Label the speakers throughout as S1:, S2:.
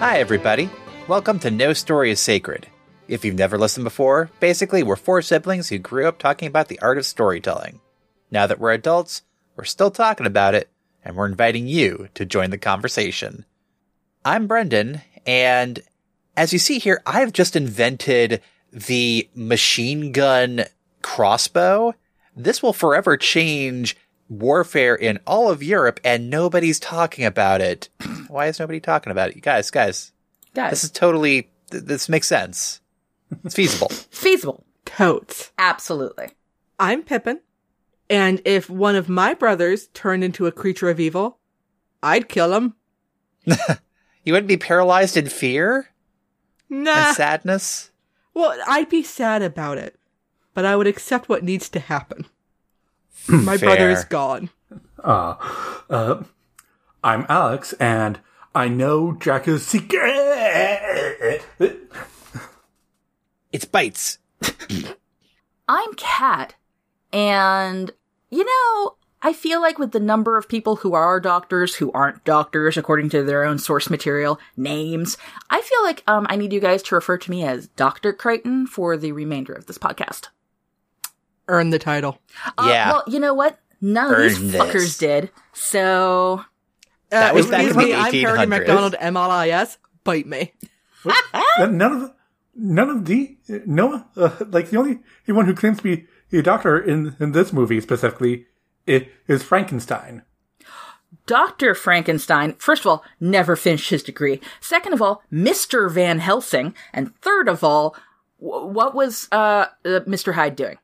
S1: Hi, everybody. Welcome to No Story is Sacred. If you've never listened before, basically, we're four siblings who grew up talking about the art of storytelling. Now that we're adults, we're still talking about it, and we're inviting you to join the conversation. I'm Brendan, and as you see here, I've just invented the machine gun crossbow. This will forever change warfare in all of Europe, and nobody's talking about it. Why is nobody talking about it? You guys, guys,
S2: Guys,
S1: this is totally, th- this makes sense. It's feasible.
S2: feasible.
S3: Totes.
S2: Absolutely.
S3: I'm Pippin, and if one of my brothers turned into a creature of evil, I'd kill him.
S1: you wouldn't be paralyzed in fear
S3: Nah.
S4: Ah.
S1: and sadness?
S3: well, I'd be sad about it, but I would accept what needs to happen. my brother is
S1: Hmm, Fair.
S3: gone.
S5: Uh, I'm Alex, and I know Jacko's secret.
S1: It's bites.
S2: I'm Kat, and you know, I feel like with the number of people who are doctors, who aren't doctors according to their own source material names, I feel like um, I need you guys to refer to me as Doctor Crichton for the remainder of this podcast.
S3: Earn the title.
S2: Uh,
S1: Yeah.
S2: Well, you know what? None of
S1: Earn
S2: these
S1: this.
S2: fuckers did. So
S1: That was back
S3: Uh, excuse
S1: in the
S3: me, I'm Harry
S1: 1800s.
S3: McDonald, MLIS. Bite me.
S5: none of none of the no uh, like the only one who claims to be a doctor in in this movie specifically is, is Frankenstein.
S2: Dr. Frankenstein, first of all, never finished his degree. Second of all, Mr. Van Helsing. And third of all, wh- what was uh, uh, Mr. Hyde doing?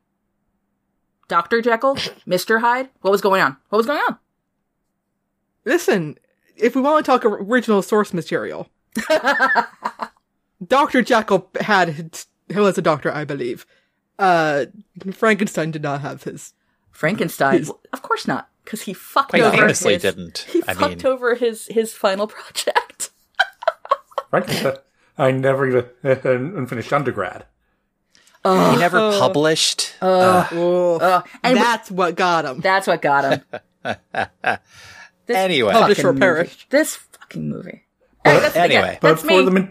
S2: Dr. Jekyll? Mr. Hyde? What was going on? What was going on?
S3: Listen, if we want to talk or- original source material, Dr. Jekyll had, he was a doctor, I believe. Uh, Frankenstein did not have his
S2: Frankenstein? w- Of course not, because he fucked
S1: Quite
S2: over
S1: famously
S2: his,
S1: didn't.
S2: He
S1: I
S2: fucked
S1: mean-
S2: over his his final project.
S5: Frankenstein. I never even uh, finished undergrad.
S1: He never published. Uh,
S3: Oh,
S2: Uh, and we-
S3: that's what got him.
S2: That's what got him. This
S1: Anyway.
S2: fucking
S3: Publish or
S2: movie.
S3: perish.
S2: This fucking movie. Alright, that's- again,
S1: anyway.
S5: But
S2: that's
S5: for
S2: me. Uh,
S5: the ma-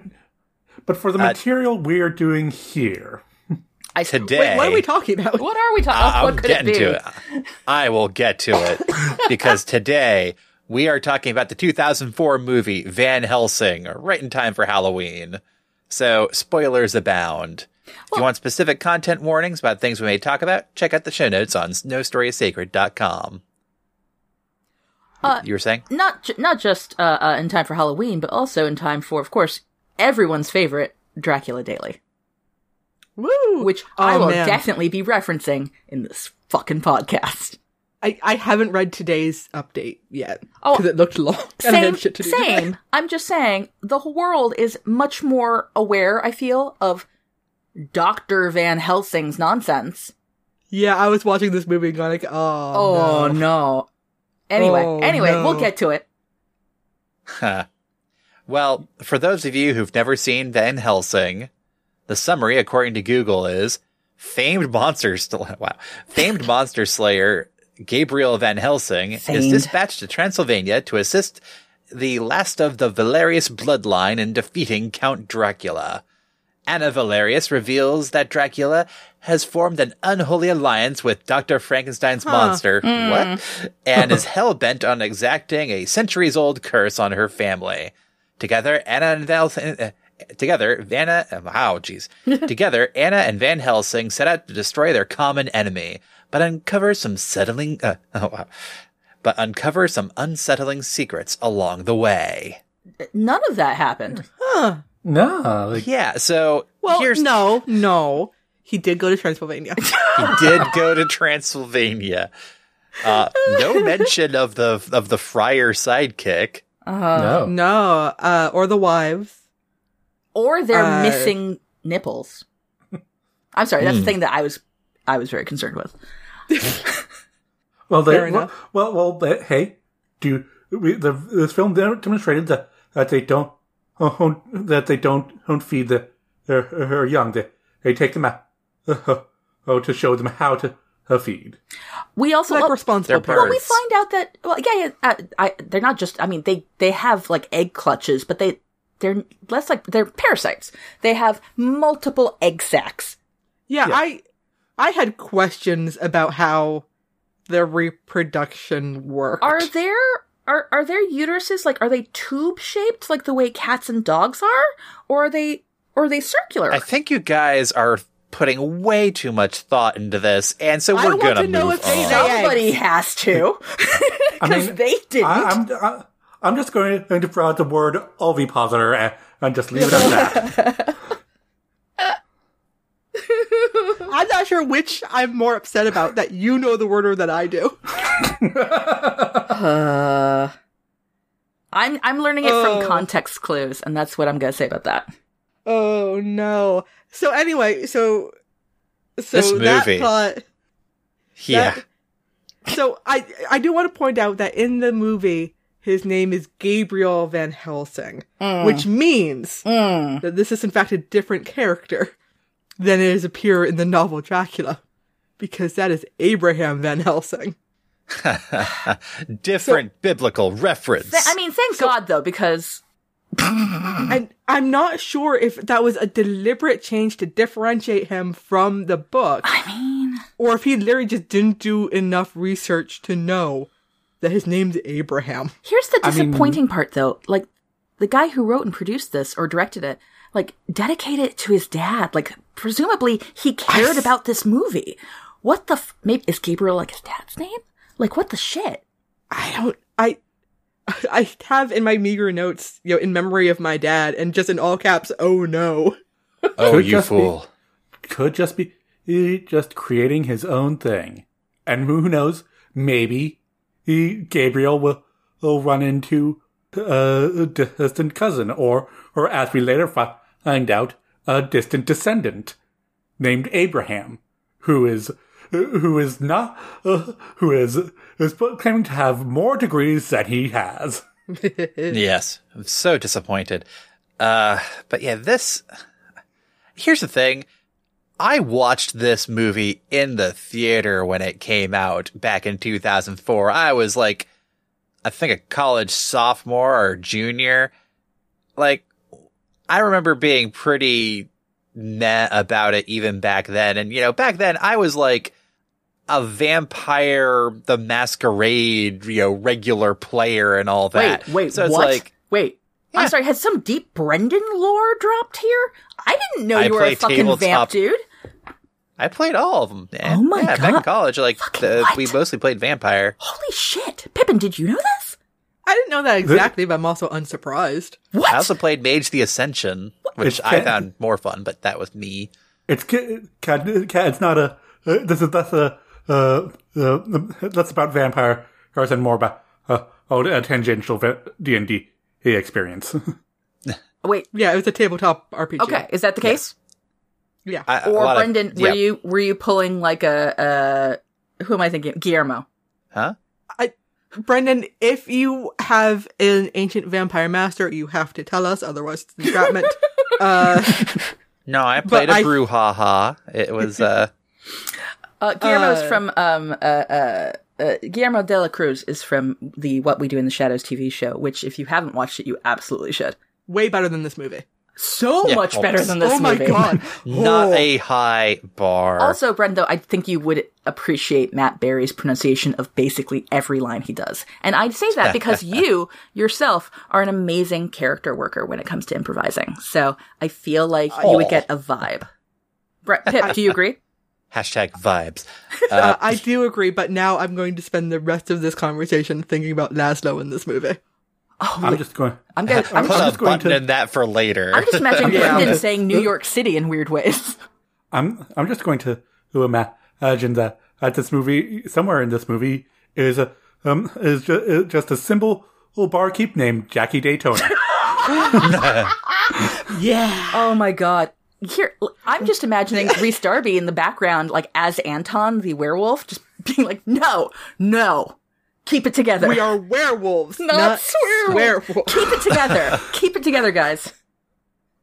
S5: but for the material we're doing here,
S2: I-
S1: Today,
S3: Wait, what are we talking about?
S2: What are we talking?
S1: I-
S2: about?
S1: I'm
S2: what could it
S1: getting
S2: be?
S1: to it. I will get to it because today we are talking about the 2004 movie Van Helsing, right in time for Halloween. So spoilers abound. if you want specific content warnings about things we may talk about, check out the show notes on nostoryissacred.com.
S2: Uh,
S1: you were saying?
S2: not ju- not just uh, uh, in time for Halloween, but also in time for, of course, everyone's favorite Dracula Daily,
S3: Woo!
S2: which I
S3: Oh,
S2: will
S3: man.
S2: definitely be referencing in this fucking podcast.
S3: I, I haven't read today's update yet
S2: Oh,
S3: because it looked long. and I
S2: Same,
S3: had shit to do today.
S2: same. I'm just saying the whole world is much more aware. I feel of Doctor Van Helsing's nonsense.
S3: Yeah, I was watching this movie and going like, oh,
S2: Oh no.
S3: no.
S2: Anyway,
S3: Oh,
S2: anyway,
S3: no.
S2: we'll get to it.
S1: Huh. Well, for those of you who've never seen Van Helsing, the summary, according to Google, is famed monster sl- wow, famed monster slayer Gabriel Van Helsing is
S2: Famed.
S1: dispatched to Transylvania to assist the last of the Valerius bloodline in defeating Count Dracula. Anna Valerius reveals that Dracula has formed an unholy alliance with Dr. Frankenstein's monster, what? And is hell-bent on exacting a centuries-old curse on her family. Together, Anna and Val- uh, together, Vanna, uh, wow, jeez. together, Anna and Van Helsing set out to destroy their common enemy, but uncover some settling, uh, oh, wow. But uncover some unsettling secrets along the way.
S2: None of that happened.
S5: no, like
S1: Yeah, so
S3: Well,
S1: here's
S3: no, no. He did go to Transylvania.
S1: he did go to Transylvania. Uh, no mention of the of the friar sidekick.
S2: Uh,
S5: no,
S3: no, uh, or the wives.
S2: or they're
S3: Uh,
S2: missing nipples. I'm sorry,
S5: Hmm.
S2: that's the thing that I was I was very concerned with.
S5: Well, they,
S3: Fair
S5: well,
S3: enough.
S5: well, well, but hey, do we, the, this film de- demonstrated that, that they don't, uh, that they don't, don't feed the their, her young. They, they take them out uh, oh, to show them how to uh, feed.
S2: We also
S3: Like
S2: well,
S3: responsible
S1: they're birds.
S2: we
S3: parents.
S2: find out that well, yeah, yeah uh, I, they're not just. I mean, they they have like egg clutches, but they they're less like they're parasites. They have multiple egg sacs.
S4: Yeah, I I had questions about how the reproduction worked.
S2: Are there are are their uteruses like are they tube shaped like the way cats and dogs are, or are they or are they circular?
S1: I think you guys are putting way too much thought into this, and so
S4: I
S1: we're
S4: want
S1: gonna
S4: to
S1: move
S4: know if they-
S1: on.
S4: they-
S2: Somebody has to,
S5: I
S2: because
S5: mean,
S2: they didn't.
S5: I, I'm I, I'm just going going to throw out the word ovipositor and, and just leave it at that.
S4: I'm not sure which I'm more upset about that you know the word or that I do.
S2: Uh, I'm I'm learning it
S4: Oh.
S2: from context clues, and that's what I'm gonna say about that.
S4: Oh no. So anyway, so so
S1: This
S4: that
S1: movie.
S4: plot
S1: yeah,
S4: so I I do want to point out that in the movie his name is Gabriel Van Helsing,
S3: Mm.
S4: which means
S2: Mm.
S4: that this is in fact a different character than it is appear in the novel Dracula, because that is Abraham Van Helsing.
S1: different biblical reference.
S2: Th- I mean, thank God though, because
S4: And I'm not sure if that was a deliberate change to differentiate him from the book,
S2: I mean,
S4: or if he literally just didn't do enough research to know that his name's Abraham.
S2: here's the
S5: I mean-
S2: disappointing part though. Like the guy who wrote and produced this or directed it, like dedicated it to his dad. Like presumably he cared about this movie. What the f- maybe is Gabriel like his dad's name? Like what the shit?
S4: I don't. I. I have in my meager notes, you know, in memory of my dad, and just in all caps, oh no.
S1: oh,
S5: Could
S1: you
S5: just be-
S1: fool!
S5: Could just be he just creating his own thing, and who knows? Maybe he, Gabriel will will run into uh, a distant cousin, or or as we later fi- find out, a distant descendant named Abraham, who is who is not uh, who is is claiming to have more degrees than he has.
S1: Yes, I'm so disappointed. Uh, but yeah, this. Here's the thing. I watched this movie in the theater when it came out back in 2004. I was like, I think a college sophomore or junior. Like, I remember being pretty meh about it even back then. And, you know, back then I was like, a vampire, the masquerade, you know, regular player and all that.
S2: Wait, wait,
S1: so it's
S2: what?
S1: like,
S2: wait.
S1: Yeah.
S2: I'm sorry. Has some deep Brendan lore dropped here? I didn't know
S1: I
S2: you were a
S1: play
S2: fucking
S1: tabletop
S2: vamp, dude.
S1: I played all of them. Man.
S2: Oh my
S1: yeah, Back in
S2: God.
S1: college, like
S2: Fucking
S1: the,
S2: what?
S1: we mostly played vampire.
S2: Holy shit, Pippin! Did you know this?
S4: I didn't know that exactly, but I'm also unsurprised.
S2: What?
S1: I also played Mage the Ascension, which
S5: It's
S1: I
S5: fa-
S1: found more fun, but that was me.
S5: It's ca- ca- ca- it's not a uh, this is that's a uh, uh, that's about vampire cars and more about uh, oh, a tangential D and D experience.
S2: Oh, Wait.
S4: Yeah, it was a tabletop RPG.
S2: Okay, is that the case?
S4: Yeah.
S1: I, a
S2: Or
S1: lot of-
S2: Brendan, were
S1: yeah.
S2: you were you pulling like a uh who am I thinking? Guillermo.
S1: Huh?
S4: Brendan, if you have an ancient vampire master, you have to tell us, otherwise it's entrapment. uh,
S1: No, I played a
S4: I-
S1: brouhaha. It was uh,
S2: Uh Guillermo's
S4: Uh,
S2: from um uh, uh uh Guillermo de la Cruz is from the What We Do in the Shadows TV show, which if you haven't watched it, you absolutely should.
S4: way better than this movie.
S2: So
S1: Yeah,
S2: much
S1: well,
S2: better than this
S4: oh my
S2: movie.
S4: god.
S1: not
S4: Oh.
S1: a high bar.
S2: Also, Brendo, I think you would appreciate Matt Berry's pronunciation of basically every line he does. And I say that because you yourself are an amazing character worker when it comes to improvising. So I feel like you
S1: Aw.
S2: would
S4: Oh.
S2: get a vibe. Bre- Pip, do you agree?
S1: Hashtag vibes.
S4: Uh, I do agree, but now I'm going to spend the rest of this conversation thinking about Laszlo in this movie.
S5: I'm just going.
S2: I'm gonna. I'm,
S1: Put
S2: I'm,
S1: a
S5: just going
S1: button
S5: to-
S1: in that for later.
S2: I'm just imagining
S4: Yeah.
S2: Brendan saying New York City in weird ways.
S5: I'm I'm just going to ima- imagine that at this movie somewhere in this movie is a um is ju- is just a simple little barkeep named Jackie Daytona.
S4: Yeah.
S2: Oh my god. Here, l- I'm just imagining Reese Darby in the background, like as Anton the werewolf, just being like, "No, no, keep it together.
S4: We are werewolves,
S2: Not
S4: not,
S2: swearwolves.
S4: swearwolves.
S2: keep it together. keep it together, guys."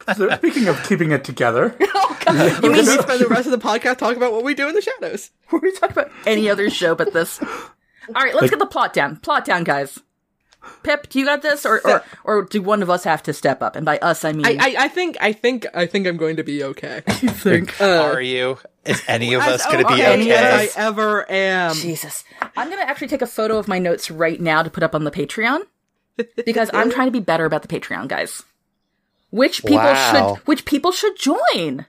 S5: so speaking of keeping it together,
S2: Oh,
S4: You mean we spend the rest of the podcast talking about what we do in the shadows?
S2: We're talking about any other show but this. All right, let's get the plot down. Plot down, guys. Pip, do you got this, or or, or do one of us have to step up? And by us, I mean
S6: I, I, I think I think I think I'm going to be okay.
S1: Are you? Is any of us
S4: As oh,
S1: going to be
S4: okay
S1: okay?
S4: as I ever am.
S2: Jesus. I'm going to actually take a photo of my notes right now to put up on the Patreon because I'm trying to be better about the Patreon, guys. Which people
S1: Wow.
S2: should which people should join.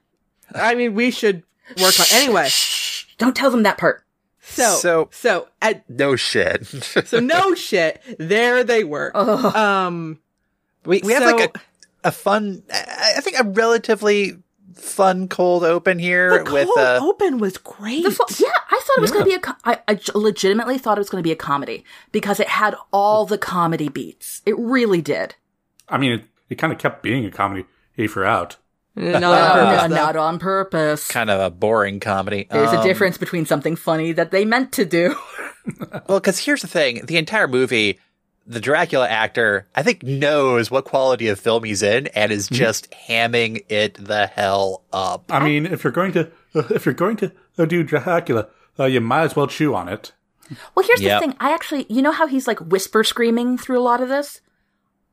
S4: I mean, we should work on anyway.
S2: Shh, don't tell them that part.
S4: So
S1: So-
S4: so so at,
S1: No shit.
S4: so no shit. There they were.
S2: Oh.
S4: Um,
S1: we we have
S4: So-
S1: like a, a fun, I I think a relatively fun cold open
S4: the
S1: here with
S4: cold
S1: uh,
S4: open was great.
S2: The fo- yeah, I thought it was going to be a co- I, I j- legitimately thought it was going to be a comedy because it had all the comedy beats. It really did.
S5: I mean, it, it kind of kept being a comedy if you're out.
S4: Not on
S2: Uh,
S4: purpose, though.
S2: not on purpose.
S1: kind of a boring comedy.
S2: There's a
S1: Um,
S2: difference between something funny that they meant to do.
S1: Well, because here's the thing: the entire movie, the Dracula actor, I think knows what quality of film he's in and is
S4: Mm-hmm.
S1: just hamming it the hell up.
S5: I mean, if you're going to if you're going to uh, do Dracula, uh, you might as well chew on it.
S2: Well, here's
S1: Yep.
S2: the thing. I actually, you know how he's like whisper screaming through a lot of this?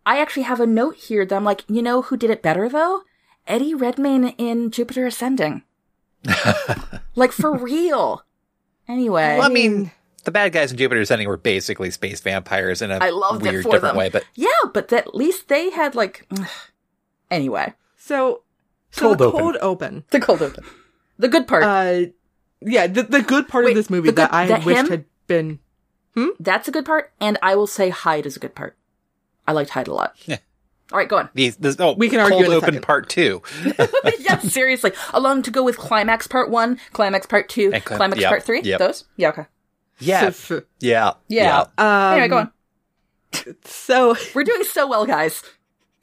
S2: I actually have a note here that I'm like, you know who did it better though? Eddie Redmayne in Jupiter Ascending. like for real. Anyway,
S1: Well, I mean, the bad guys in Jupiter Ascending were basically space vampires in a
S2: I love that
S1: weird,
S2: for
S1: different
S2: them.
S1: way. But
S2: yeah, but that- at least they had like. anyway,
S4: So, so
S5: Cold
S4: the
S5: open.
S4: cold open.
S2: the cold open, the good part.
S4: Uh, yeah, the, the good part
S2: Wait,
S4: of this movie
S2: the good-
S4: that I
S2: that
S4: wished
S2: him?
S4: had been.
S2: That's a good part, and I will say Hyde is a good part. I liked Hyde a lot. All right, go on.
S1: these, this, oh,
S4: We can
S1: cold
S4: argue in a
S1: open
S4: second.
S1: part two.
S2: yes, seriously. Along to go with climax part one, climax part two,
S1: And clim-
S2: climax
S1: yep,
S2: part three.
S1: yep.
S2: Those? Yeah, okay.
S1: Yeah,
S4: So,
S1: yeah,
S2: Yeah.
S4: um,
S2: anyway, go on.
S4: So
S2: We're doing so well, guys.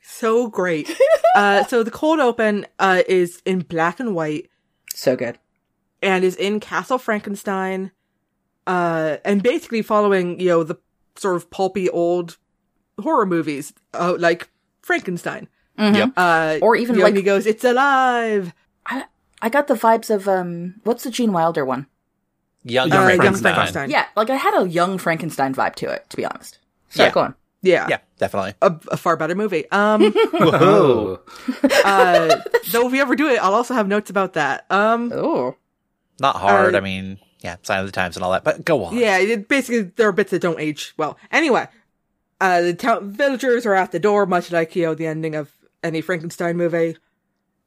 S4: so great. uh, so the cold open uh is in black and white
S2: So good.
S4: and is in Castle Frankenstein, uh, and basically following you know the sort of pulpy old horror movies uh, like Frankenstein.
S1: Yep.
S4: Uh,
S2: Mm-hmm. Or even
S4: you know,
S2: like-
S4: and he goes, "It's alive."
S2: I I got the vibes of um what's the Gene Wilder one?
S1: Young,
S5: Uh,
S1: Frankenstein.
S5: Young Frankenstein.
S2: Yeah, like I had a young Frankenstein vibe to it, to be honest. So
S1: Yeah.
S2: go on.
S4: yeah,
S1: Yeah, definitely.
S4: A, a far better movie. Um.
S5: Whoa.
S4: uh, though if we ever do it, I'll also have notes about that. Um,
S2: Oh.
S1: Not hard.
S4: Uh,
S1: I mean, yeah, sign of the times and all that. But go on.
S4: yeah, it, basically there are bits that don't age well. Anyway, uh, the town villagers are at the door, much like you know the ending of any Frankenstein movie,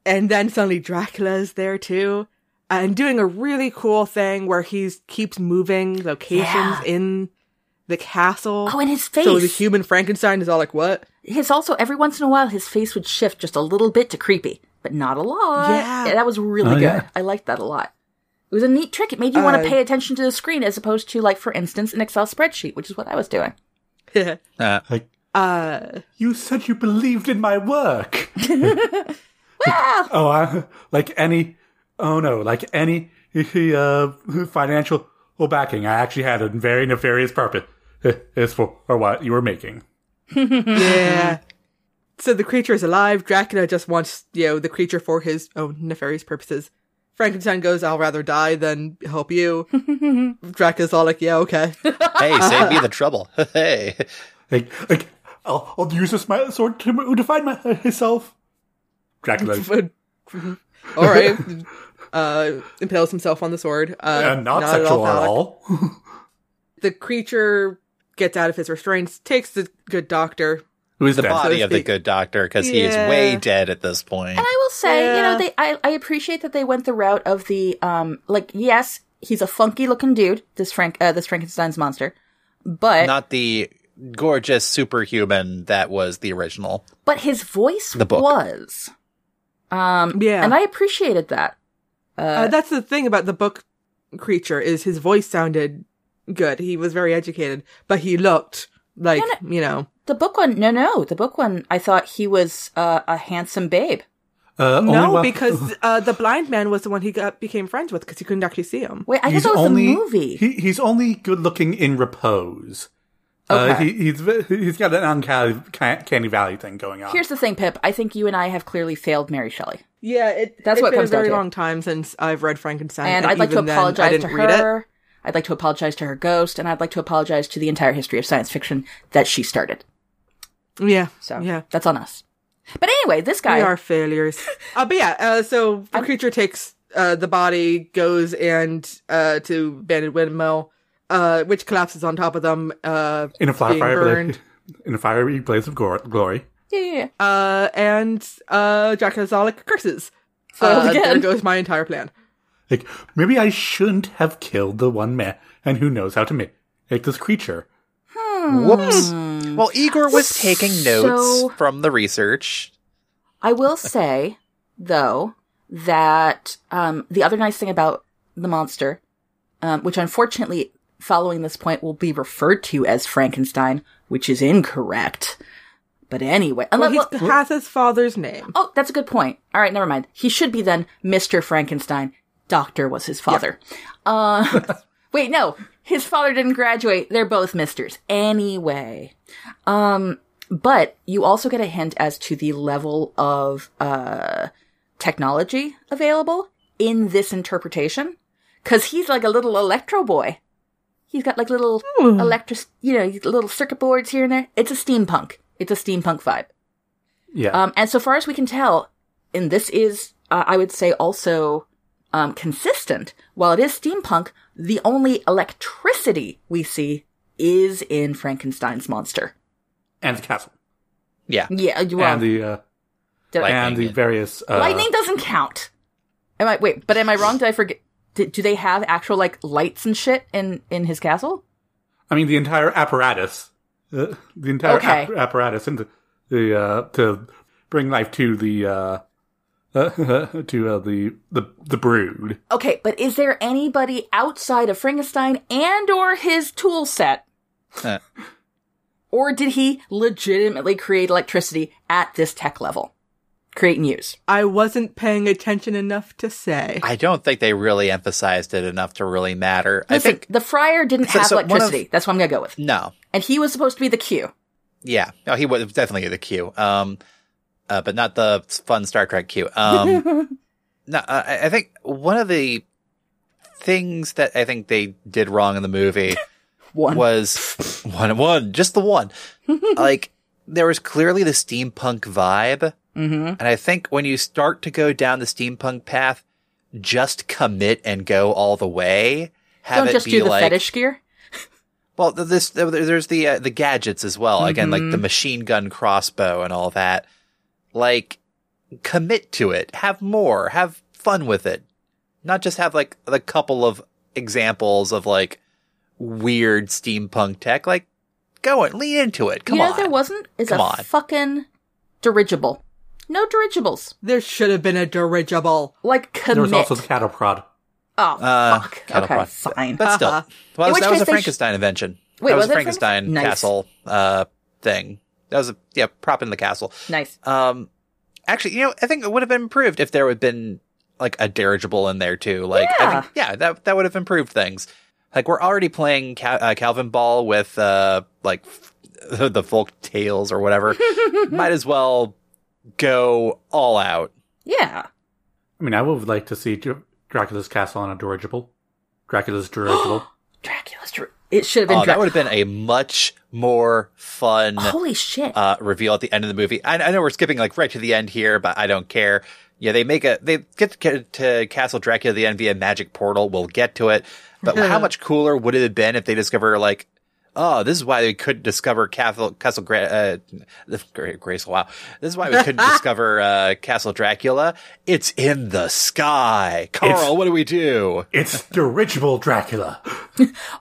S4: and then suddenly Dracula is there too, and doing a really cool thing where he keeps moving locations
S2: Yeah.
S4: in the castle.
S2: Oh, and his face.
S4: So the human Frankenstein is all like, "What?"
S2: his also every once in a while his face would shift just a little bit to creepy, but not a lot.
S4: Yeah.
S2: that was really
S5: Oh,
S2: good.
S5: yeah.
S2: I liked that a lot. It was a neat trick. It made you want
S4: Uh,
S2: to pay attention to the screen as opposed to like for instance an Excel spreadsheet, which is what I was doing.
S1: Uh,
S5: Like,
S4: uh,
S5: you said you believed in my work. oh, I, like any. Oh no, like any uh, financial backing, I actually had a very nefarious purpose. It's for for what you were making.
S4: yeah. So the creature is alive. Dracula just wants, you know, the creature for his own nefarious purposes. Frankenstein goes, I'll rather die than help you. Dracula's all like, yeah, okay.
S1: hey, save me the trouble. hey.
S5: Like, like I'll, I'll use this my uh, sword to define myself. Dracula,
S4: all right. Uh, impales himself on the sword. Uh,
S5: uh, not, sexual at
S4: phallic.
S5: all.
S4: The creature gets out of his restraints, takes the good doctor.
S5: Who is
S1: the
S5: dead.
S1: body
S4: to
S1: of the
S4: speak.
S1: good doctor because he is
S4: Yeah.
S1: way dead at this point.
S2: And I will say, you know,
S4: Yeah.
S2: they I, I appreciate that they went the route of the um like yes, he's a funky looking dude, this Frank uh, this Frankenstein's monster. But
S1: Not the gorgeous superhuman that was the original.
S2: but his voice
S1: The book.
S2: was. Um
S4: Yeah.
S2: and I appreciated that.
S4: Uh, that's the thing about the book creature is his voice sounded good. He was very educated, but he looked like, you know.
S2: The book one, no, no. The book one, I thought he was uh, a handsome babe.
S5: Uh, only
S4: No,
S5: one-
S4: because uh, the blind man was the one he got became friends with because he couldn't actually see him.
S2: Wait, I thought that was a movie.
S5: He, he's only good looking in repose. Uh,
S2: Okay.
S5: he, he's ve- he's got an uncanny ca- canny valley thing going on.
S2: Here's the thing, Pip. I think you and I have clearly failed Mary Shelley,
S4: Yeah, it,
S2: That's
S4: it's
S2: what it
S4: been
S2: comes
S4: a very
S2: down to.
S4: long time since I've read Frankenstein,
S2: and I'd like to
S4: even then, I
S2: apologize to
S4: didn't read it.
S2: her. I'd like to apologize to her ghost, and I'd like to apologize to the entire history of science fiction that she started.
S3: Yeah.
S2: So
S3: yeah.
S2: that's on us. But anyway, this guy
S3: We are failures. uh, but yeah, uh, so the creature takes uh, the body, goes and uh, to Bandit Windmill, uh, which collapses on top of them. Uh,
S5: In a flat
S3: being
S5: fire,
S3: burned.
S5: bla- in a fiery blaze of gor- glory.
S2: Yeah, yeah, yeah.
S3: Uh, and uh, Dracula Zolek curses.
S2: Foiled
S3: uh,
S2: again.
S3: There goes my entire plan.
S5: Like maybe I shouldn't have killed the one man, and who knows how to make like this creature.
S2: Hmm.
S1: Whoops. Well, Igor was taking notes
S2: So-
S1: from the research.
S2: I will say, though, that um, the other nice thing about the monster, um, which unfortunately, following this point, will be referred to as Frankenstein, which is incorrect. But anyway,
S3: Well,
S2: unless,
S3: he
S2: well,
S3: has his father's name.
S2: oh, that's a good point. All right, never mind. He should be then Mister Frankenstein. Doctor was his father. Uh, wait, no, his father didn't graduate. They're both misters. Anyway, um, but you also get a hint as to the level of uh technology available in this interpretation because he's like a little electro boy he's got like little electric you know little circuit boards here and there it's a steampunk it's a steampunk vibe
S5: Yeah,
S2: um, and so far as we can tell, and this is, uh, I would say, also um, consistent. While it is steampunk, the only electricity we see is in Frankenstein's monster.
S5: and the castle,
S1: Yeah.
S2: Yeah, well,
S5: and the uh,
S2: did I-
S1: Lightning.
S5: and the various uh,
S2: lightning doesn't count. Am I wait? But am I wrong? Did I forget? Did, do they have actual like lights and shit in in his castle?
S5: I mean, the entire apparatus, uh, the entire
S2: Okay.
S5: app- apparatus, and the, the uh, to bring life to the uh, to uh, the the the brood.
S2: Okay, but is there anybody outside of Frankenstein and or his tool set?
S1: Huh.
S2: Or did he legitimately create electricity at this tech level? Create and use.
S3: I wasn't paying attention enough to say.
S1: I don't think they really emphasized it enough to really matter. I
S2: Listen,
S1: think
S2: the friar didn't
S1: So-
S2: have
S1: so one of-
S2: electricity. That's what I'm gonna go with.
S1: no.
S2: And he was supposed to be the Q.
S1: Yeah. No, he was definitely the Q. Um, uh, but not the fun Star Trek Q. Um, no, uh, I I think one of the things that I think they did wrong in the movie
S2: One.
S1: was one, one, just the one. like there was clearly the steampunk vibe.
S2: Mm-hmm.
S1: And I think when you start to go down the steampunk path, just commit and go all the way. Have
S2: Don't
S1: it
S2: just
S1: be
S2: do the
S1: like,
S2: fetish gear.
S1: well, th- this th- there's the uh, the gadgets as well. Again, like the
S2: Mm-hmm.
S1: machine gun crossbow and all that. Like, commit to it. Have more. Have fun with it. Not just have like the couple of examples of like weird steampunk tech. Like, go and lean into it. Come
S2: you know
S1: on.
S2: there wasn't is
S1: Come
S2: a
S1: on.
S2: fucking dirigible. No dirigibles.
S3: there should have been a dirigible.
S2: Like commit.
S5: There was also the cattle prod.
S2: oh
S1: Uh,
S2: fuck.
S1: cattle
S2: Okay,
S1: prod.
S2: fine.
S1: But still,
S3: Uh-huh.
S1: well, that was,
S2: In which
S1: that was
S2: case
S1: a
S2: they sh-
S1: Frankenstein invention.
S2: Wait,
S1: that
S2: was
S1: was, a
S2: it Frankenstein?
S1: Frankenstein
S2: Nice.
S1: castle uh, thing. That was a yeah prop in the castle.
S2: nice.
S1: Um, actually, you know, I think it would have been improved if there would have been like a dirigible in there too. Like, I think, yeah, that that would have improved things. Like we're already playing Cal- uh, Calvin Ball with uh like f- the folk tales or whatever. Might as well go all out.
S2: Yeah.
S5: I mean, I would like to see Dr- Dracula's castle on a dirigible. Dracula's dirigible.
S2: Dracula's Dra- It should have been
S1: Oh,
S2: Oh,
S1: that
S2: Dracula.
S1: would have been a much more fun.
S2: Holy shit.
S1: uh, reveal at the end of the movie. I, I know we're skipping like right to the end here, but I don't care. Yeah, they make a they get to, to Castle Dracula at the end via magic portal. We'll get to it. But how much cooler would it have been if they discover like, oh, this is why they couldn't discover Castle Castle Gra- uh, the Gra- Grace. Wow, this is why we couldn't discover uh, Castle Dracula. It's in the sky, Carl.
S5: It's-
S1: what do we do?
S5: it's dirigible Dracula.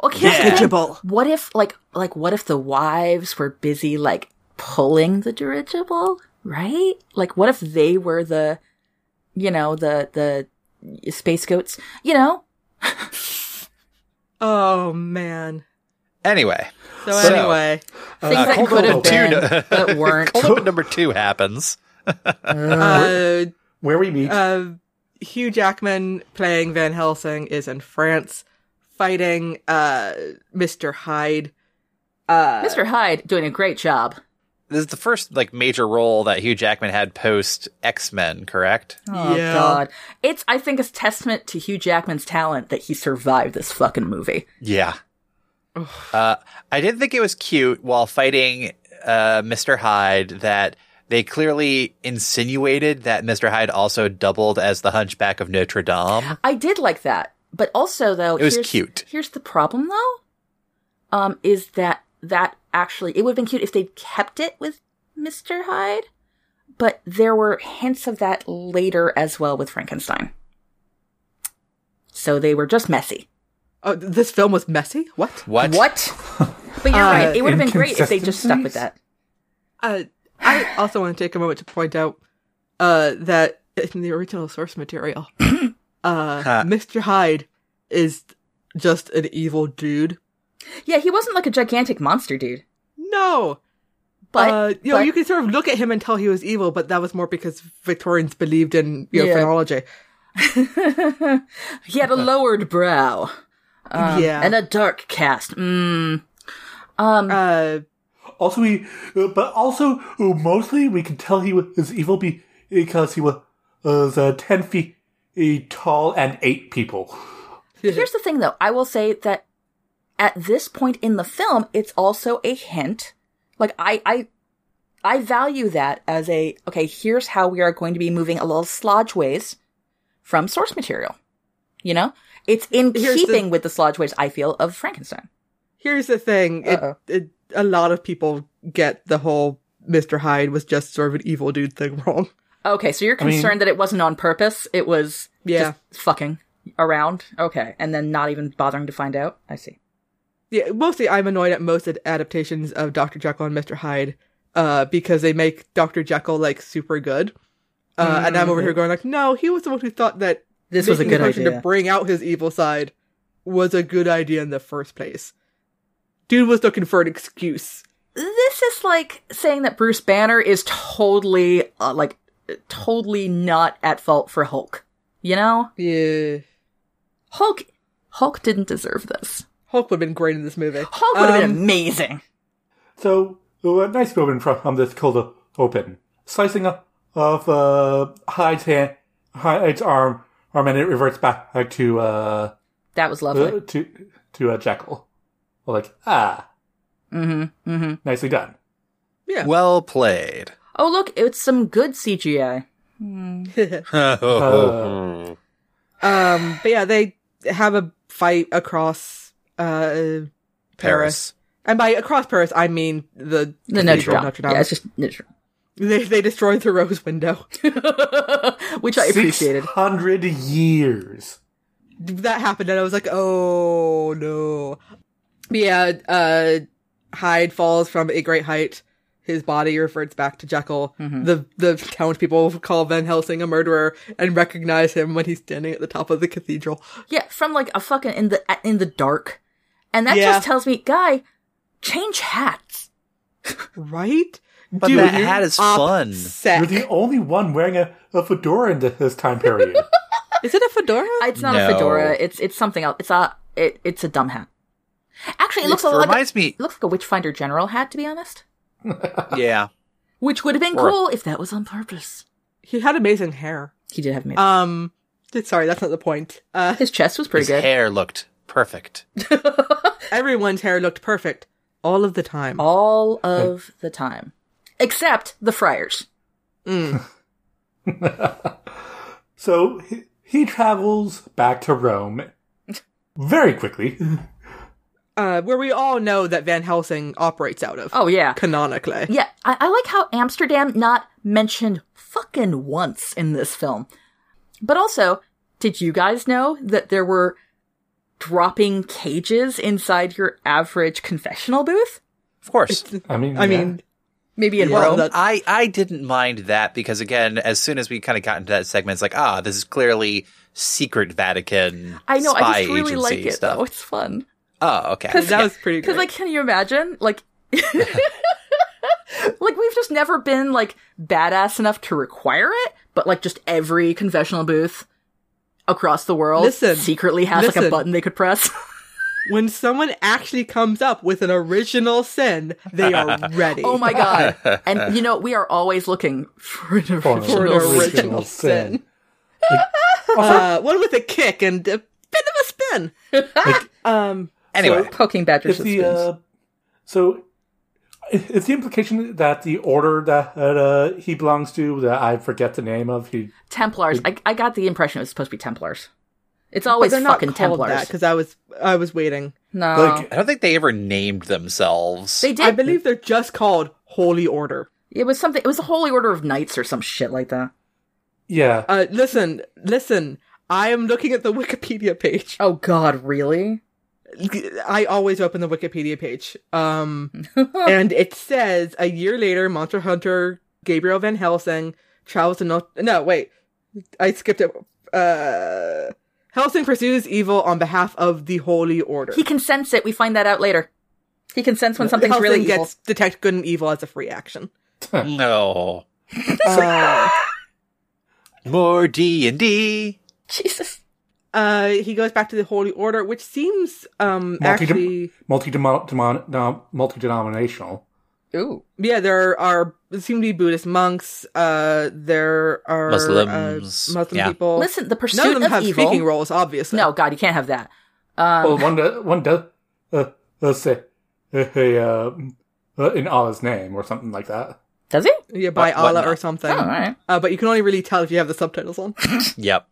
S2: okay.
S1: yeah.
S3: Dirigible.
S2: What if like like what if the wives were busy like pulling the dirigible, right? Like what if they were the you know, the the space goats, you know?
S3: Oh man.
S1: Anyway,
S3: So,
S1: So-
S3: anyway,
S2: Things
S1: uh,
S2: that
S1: cold
S2: could have
S1: open two
S2: been
S1: no-
S2: but weren't.
S1: cold open number two happens.
S3: uh,
S5: Where we meet
S3: uh, Hugh Jackman playing Van Helsing is in France fighting uh Mr. Hyde. Uh
S4: Uh,
S1: Uh,
S2: Mr. Hyde doing a great job.
S1: This is the first like major role that Hugh Jackman had post X Men, correct?
S2: Oh
S7: Yeah.
S2: god. It's I think a testament to Hugh Jackman's talent that he survived this fucking movie.
S1: Yeah. Uh, I did think it was cute while fighting uh, Mr. Hyde that they clearly insinuated that Mr. Hyde also doubled as the Hunchback of Notre Dame.
S2: I did like that. But also though,
S1: It was
S2: here's,
S1: cute.
S2: Here's the problem though. Um, is that that actually it would have been cute if they'd kept it with Mr. Hyde, but there were hints of that later as well with Frankenstein. So they were just messy.
S4: Oh, th- this film was messy. What?
S1: What?
S2: What? But you're
S4: Uh,
S2: right. It would have been great if they just stuck with that.
S4: Uh, I also want to take a moment to point out uh, that in the original source material, uh,
S1: Huh.
S4: Mr. Hyde is just an evil dude.
S2: Yeah, he wasn't like a gigantic monster dude.
S4: No,
S2: But,
S4: uh, you know,
S2: but-
S4: you could sort of look at him and tell he was evil, but that was more because Victorians believed in you know,
S2: Yeah.
S4: phrenology.
S2: he had a lowered brow. Um,
S4: Yeah.
S2: And a dark cast. Mm. Um, Mm-hmm.
S4: Uh,
S5: Also, he, uh, but also uh, mostly we can tell he was evil be, because he was uh, ten feet uh, tall and ate people.
S2: Here's the thing, though. I will say that at this point in the film, it's also a hint. Like I, I, I value that as a okay. Here's how we are going to be moving a little slodge ways from source material. You know, it's in
S4: Here's the-
S2: keeping with the slodge ways I feel of Frankenstein.
S4: here's the thing: it,
S2: Uh-oh.
S4: it, a lot of people get the whole Mr. Hyde was just sort of an evil dude thing wrong.
S2: Okay, so you're
S5: mean-
S2: concerned that it wasn't on purpose. It was
S4: Yeah.
S2: just fucking around. Okay, and then not even bothering to find out. I see.
S4: Yeah, mostly I'm annoyed at most ad- adaptations of Dr. Jekyll and Mr. Hyde uh, because they make Dr. Jekyll like super good. Uh, And I'm
S2: Mm-hmm.
S4: over here going like, no, he was the one who thought that
S2: This was a
S4: making the
S2: good
S4: person
S2: idea.
S4: to bring out his evil side was a good idea in the first place. Dude was looking for an excuse.
S2: this is like saying that Bruce Banner is totally uh, like totally not at fault for Hulk. You know?
S4: Yeah,
S2: Hulk Hulk didn't deserve this.
S4: Hulk would have been great in this movie.
S2: Hulk would have
S4: Um,
S2: been amazing.
S5: So, uh, a nice moment from, from this cold o- open. Slicing up of uh, Hyde's hand, Hyde's arm, arm, and it reverts back, back to uh,
S2: That was lovely.
S5: uh, to to uh, Jekyll. Like ah,
S2: mm-hmm. Mm-hmm.
S5: nicely done.
S4: Yeah.
S1: Well played.
S2: Oh look, it's some good CGI. Hmm. Oh.
S5: Uh.
S4: um, but yeah, they have a fight across uh, Paris.
S1: Paris.
S4: and by across Paris I mean the
S2: The Notre Dame. Yeah, it's just Notre
S4: They they destroyed Thoreau's window.
S2: Dame. Which I appreciated.
S5: hundred years.
S4: that happened, and I was like, oh no. But yeah, uh, Hyde falls from a great height. His body reverts back to Jekyll.
S2: Mm-hmm.
S4: The the town people call Van Helsing a murderer and recognize him when he's standing at the top of the cathedral.
S2: Yeah, from like a fucking in the in the dark. And that
S4: Yeah.
S2: just tells me, guy, change hats.
S4: Right?
S1: But that hat is fun.
S4: upset.
S5: You're the only one wearing a, a fedora in th- this time period.
S4: Is it a fedora?
S2: It's not a
S1: No.
S2: fedora. It's it's something else. It's a it, it's a dumb hat. Actually, it looks a
S1: It
S2: lot like
S1: reminds
S2: a,
S1: me-
S2: It looks like a Witchfinder General hat, to be honest.
S1: yeah.
S2: Which would have been
S1: Or a-
S2: cool if that was on purpose.
S4: he had amazing hair.
S2: He did have
S1: Uh,
S2: amazing.
S4: Um, sorry, that's not the point. Uh,
S2: His chest was pretty
S1: His
S2: good
S1: hair looked perfect.
S4: everyone's hair looked perfect all of the time.
S2: all of the time, except the Friars.
S5: so he, he travels back to Rome very quickly.
S4: uh, where we all know that Van Helsing operates out of.
S2: Oh yeah,
S4: canonically.
S2: yeah. I, I like how Amsterdam not mentioned fucking once in this film. But also, did you guys know that there were dropping cages inside your average confessional booth?
S1: Of course.
S5: I mean,
S4: I
S5: yeah.
S4: mean,
S2: Maybe in
S4: Yeah.
S2: Rome.
S4: Well, that-
S1: I, I didn't mind that because again, as soon as we kind of got into that segment, it's like, ah, this is clearly secret Vatican.
S2: I know.
S1: spy
S2: I just really like
S1: agency
S2: it
S1: stuff.
S2: though. It's fun
S1: Oh, okay.
S4: that was pretty
S2: because,
S4: good.
S2: like, can you imagine? Like, like we've just never been like badass enough to require it, but like just every confessional booth across the world
S4: Listen.
S2: secretly has like a
S4: Listen.
S2: button they could press.
S4: when someone actually comes up with an original sin, they are ready.
S2: Oh my god. And you know, we are always looking for an original.
S4: For an
S2: sin.
S4: original sin. Uh, one with a kick and a bit of a spin.
S3: Um,
S1: Anyway,
S2: Poking
S5: If
S2: badgers with
S5: the
S2: spoons.
S5: uh, so i- is the implication that the order that uh, he belongs to that I forget the name of he
S2: Templars. I, I got the impression it was supposed to be Templars. It's always fucking Templars.
S4: because I was I was waiting.
S2: no.
S5: like
S1: I don't think they ever named themselves.
S2: they did.
S4: I believe they're just called Holy Order.
S2: it was something. It was the Holy Order of Knights or some shit like that.
S5: yeah
S4: Uh, listen, listen. I am looking at the Wikipedia page.
S2: Oh God, really?
S4: I always open the Wikipedia page. Um, and it says a year later, Monster Hunter Gabriel Van Helsing travels to North. No, wait, I skipped it. Uh, Helsing pursues evil on behalf of the Holy Order.
S2: He can sense it. We find that out later. He can sense when something's
S4: Helsing
S2: really evil.
S4: gets detect good and evil as a free action.
S1: no.
S4: Uh,
S1: More D and D.
S2: Jesus.
S4: uh, he goes back to the Holy Order, which seems um
S5: Multi-
S4: actually
S5: multi multi denominational
S2: Ooh.
S4: Yeah, there are seem to be Buddhist monks. Uh, there are uh,
S1: Muslims.
S4: Muslim
S1: Yeah.
S4: people.
S2: Listen, the pursuit
S4: None of them
S2: of
S4: have
S2: evil.
S4: speaking roles, Oh. obviously.
S2: No, God, you can't have that. Um.
S5: well one does one does uh, let's say uh, uh, uh, in Allah's name or something like that
S2: Does he?
S4: Yeah, by
S1: What-
S4: Allah
S1: whatnot.
S4: or something.
S2: Oh, all right.
S4: uh, but you can only really tell if you have the subtitles on.
S1: Yep.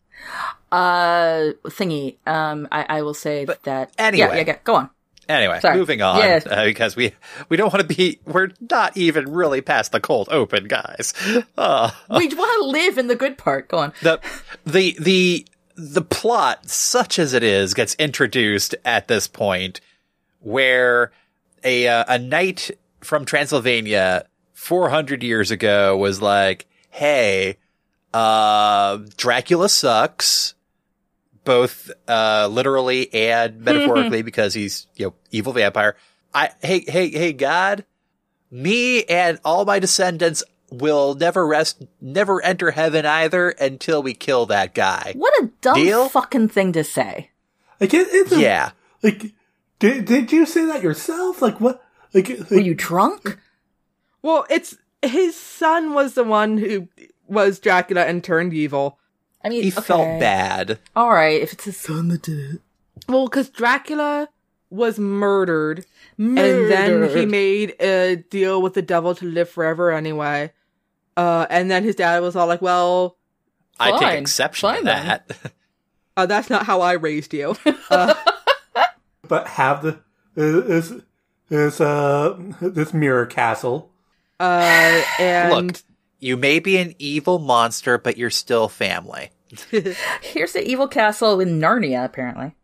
S2: Uh, thingy. Um, I, I will say that.
S1: anyway.
S2: yeah, yeah, yeah, go on.
S1: Anyway,
S2: Sorry.
S1: moving on
S2: Yeah.
S1: uh, because we we don't want to be we're not even really past the cold open, guys. Uh,
S2: We want to live in the good part. Go on.
S1: the the the the plot, such as it is, gets introduced at this point, where a uh, a knight from Transylvania 400 years ago was like, "Hey, uh, Dracula sucks." Both uh, literally and metaphorically, because he's you know evil vampire. I hey hey hey God, me and all my descendants will never rest, never enter heaven either until we kill that guy.
S2: What a dumb
S1: Deal?
S2: fucking thing to say.
S5: like it, it's a-
S1: Yeah.
S5: like did did you say that yourself like what like,
S2: Were
S5: like
S2: you drunk?
S4: Well, it's his son was the one who was Dracula and turned evil.
S2: I mean,
S1: He
S2: okay.
S1: felt bad.
S2: All right, if it's his son that did it.
S4: Well, because Dracula was murdered, and then he
S2: Murdered.
S4: made a deal with the devil to live forever anyway. Uh, and then his dad was all like, "Well,
S1: I
S2: Fine.
S1: take exception to
S2: Fine then.
S1: that.
S4: uh, that's not how I raised you." Uh,
S5: but have the is is uh this mirror castle
S4: uh, and
S1: Look, you may be an evil monster, but you're still family.
S2: Here's the evil castle in Narnia, apparently.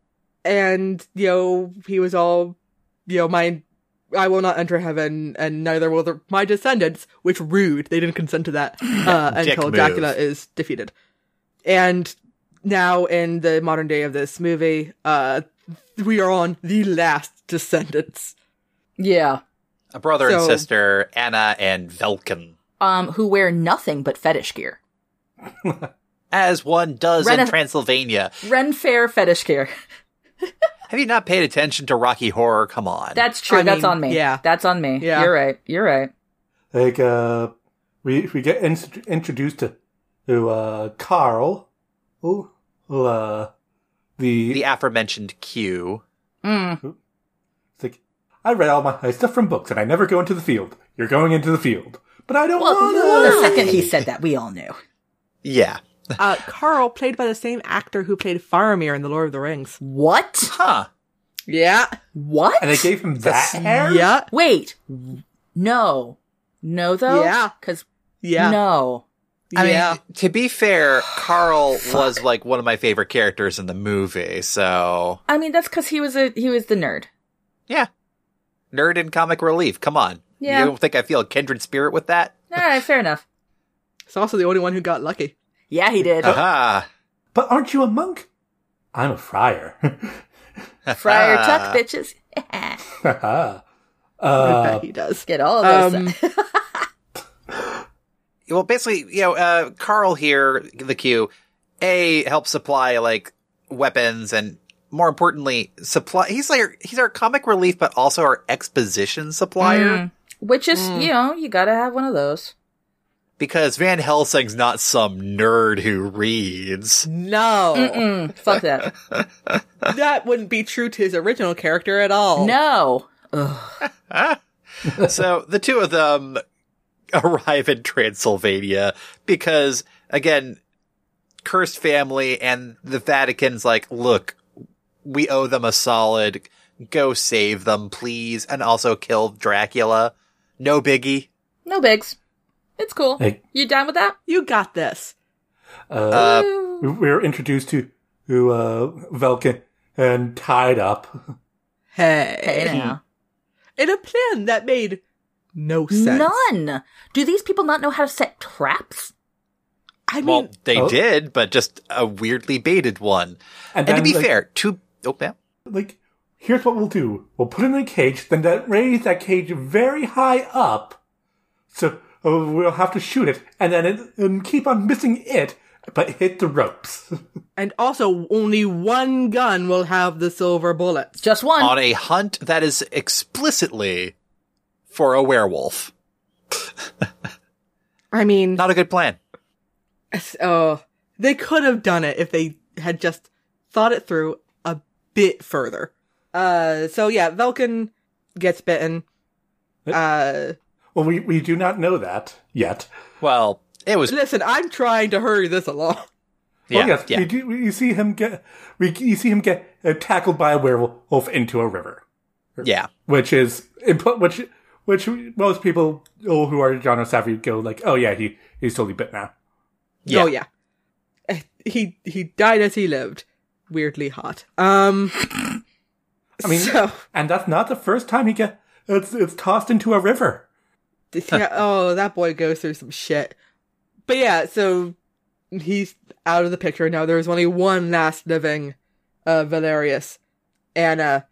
S4: and you know he was all you know my i will not enter heaven and neither will the, my descendants which rude they didn't consent to that uh,
S1: Dick
S4: until
S1: move.
S4: dracula is defeated and now in the modern day of this movie uh we are on the last descendants
S2: Yeah.
S1: A brother and
S4: So-
S1: sister, Anna and Velkin.
S2: Um, who wear nothing but fetish gear.
S1: As one does in
S2: Rena-
S1: Transylvania.
S2: Renfair fetish gear.
S1: Have you not paid attention to Rocky Horror? Come on.
S2: That's true.
S4: I
S2: That's
S4: mean,
S2: on me.
S4: yeah.
S2: That's on me.
S4: Yeah.
S2: You're right. You're right.
S5: like uh we we get in, introduced to to uh carl who who, uh the,
S1: the aforementioned Q.
S2: Mm.
S5: it's like i read all my stuff from books and i never go into the field you're going into the field but i don't
S2: Well,
S5: want
S2: the
S5: to
S2: second he said that, we all knew.
S1: Yeah.
S4: uh carl played by the same actor who played faramir in the lord of the rings
S2: What?
S1: Huh.
S4: yeah
S2: What?
S5: and they gave him that hair
S4: yeah
S2: Wait. No. No, though?
S4: Yeah.
S2: Because,
S4: yeah
S2: no.
S1: I
S4: yeah
S1: mean, to be fair, Carl was like one of my favorite characters in the movie, so
S2: I mean, that's because he was a he was the nerd.
S1: yeah. Nerd and comic relief. Come on.
S2: Yeah.
S1: You don't think I feel a kindred spirit with that?
S2: All right, fair enough.
S4: it's also the only one who got lucky
S2: Yeah, he did.
S1: Aha.
S5: but aren't you a monk i'm a friar
S2: Friar Tuck, bitches.
S4: i
S5: uh,
S4: bet he does
S2: Get all of those.
S4: Um,
S1: Well, basically, you know, uh, Carl here, the Q, A, helps supply like weapons and more importantly, supply. He's like he's our comic relief, but also our exposition supplier.
S2: Mm. Which is,
S4: Mm.
S2: you know, you gotta have one of those.
S1: Because Van Helsing's not some nerd who reads.
S4: No,
S2: Mm, fuck that.
S4: that wouldn't be true to his original character at all.
S2: No.
S1: so the two of them arrive in Transylvania because, again, cursed family and the Vatican's like, look, we owe them a solid. Go save them, please, and also kill Dracula. No biggie.
S2: No bigs. It's cool.
S5: Hey.
S2: You down with that?
S4: you got this.
S1: Uh,
S5: We were introduced to, to uh, Velkin and tied up.
S4: Hey,
S2: Hey, now.
S4: in a plan that made no sense.
S2: None. Do these people not know how to set traps?
S4: I mean,
S1: well, they
S5: Oh.
S1: did, but just a weirdly baited one. And, to
S5: then,
S1: be
S5: like-
S1: fair, two oh, yeah.
S5: like here's what we'll do we'll put it in a cage then that raise that cage very high up so uh, we'll have to shoot it and then it and keep on missing it but hit the ropes
S4: and also only one gun will have the silver bullets.
S2: Just one.
S1: on a hunt that is explicitly for a werewolf.
S4: I mean,
S1: Not a good plan.
S4: oh, they could have done it if they had just thought it through a bit further. Uh, so yeah, Velkin gets bitten. Uh,
S5: well we, we do not know that yet
S1: Well, it was
S4: listen, I'm trying to hurry this along.
S1: yeah,
S5: oh yes
S1: yeah.
S5: we do we, you see him get we you see him get uh, tackled by a werewolf into a river
S1: yeah.
S5: which is imp- which which most people oh, who are genre savvy go like oh yeah he he's totally bit now
S1: Yeah.
S4: Oh yeah. Eh, He he died as he lived. Weirdly hot. Um
S5: I mean-
S4: so
S5: and that's not the first time he get it's it's tossed into a river
S4: yeah, oh that boy goes through some shit. But yeah, so he's out of the picture now. There's only one last living uh Valerius, Anna,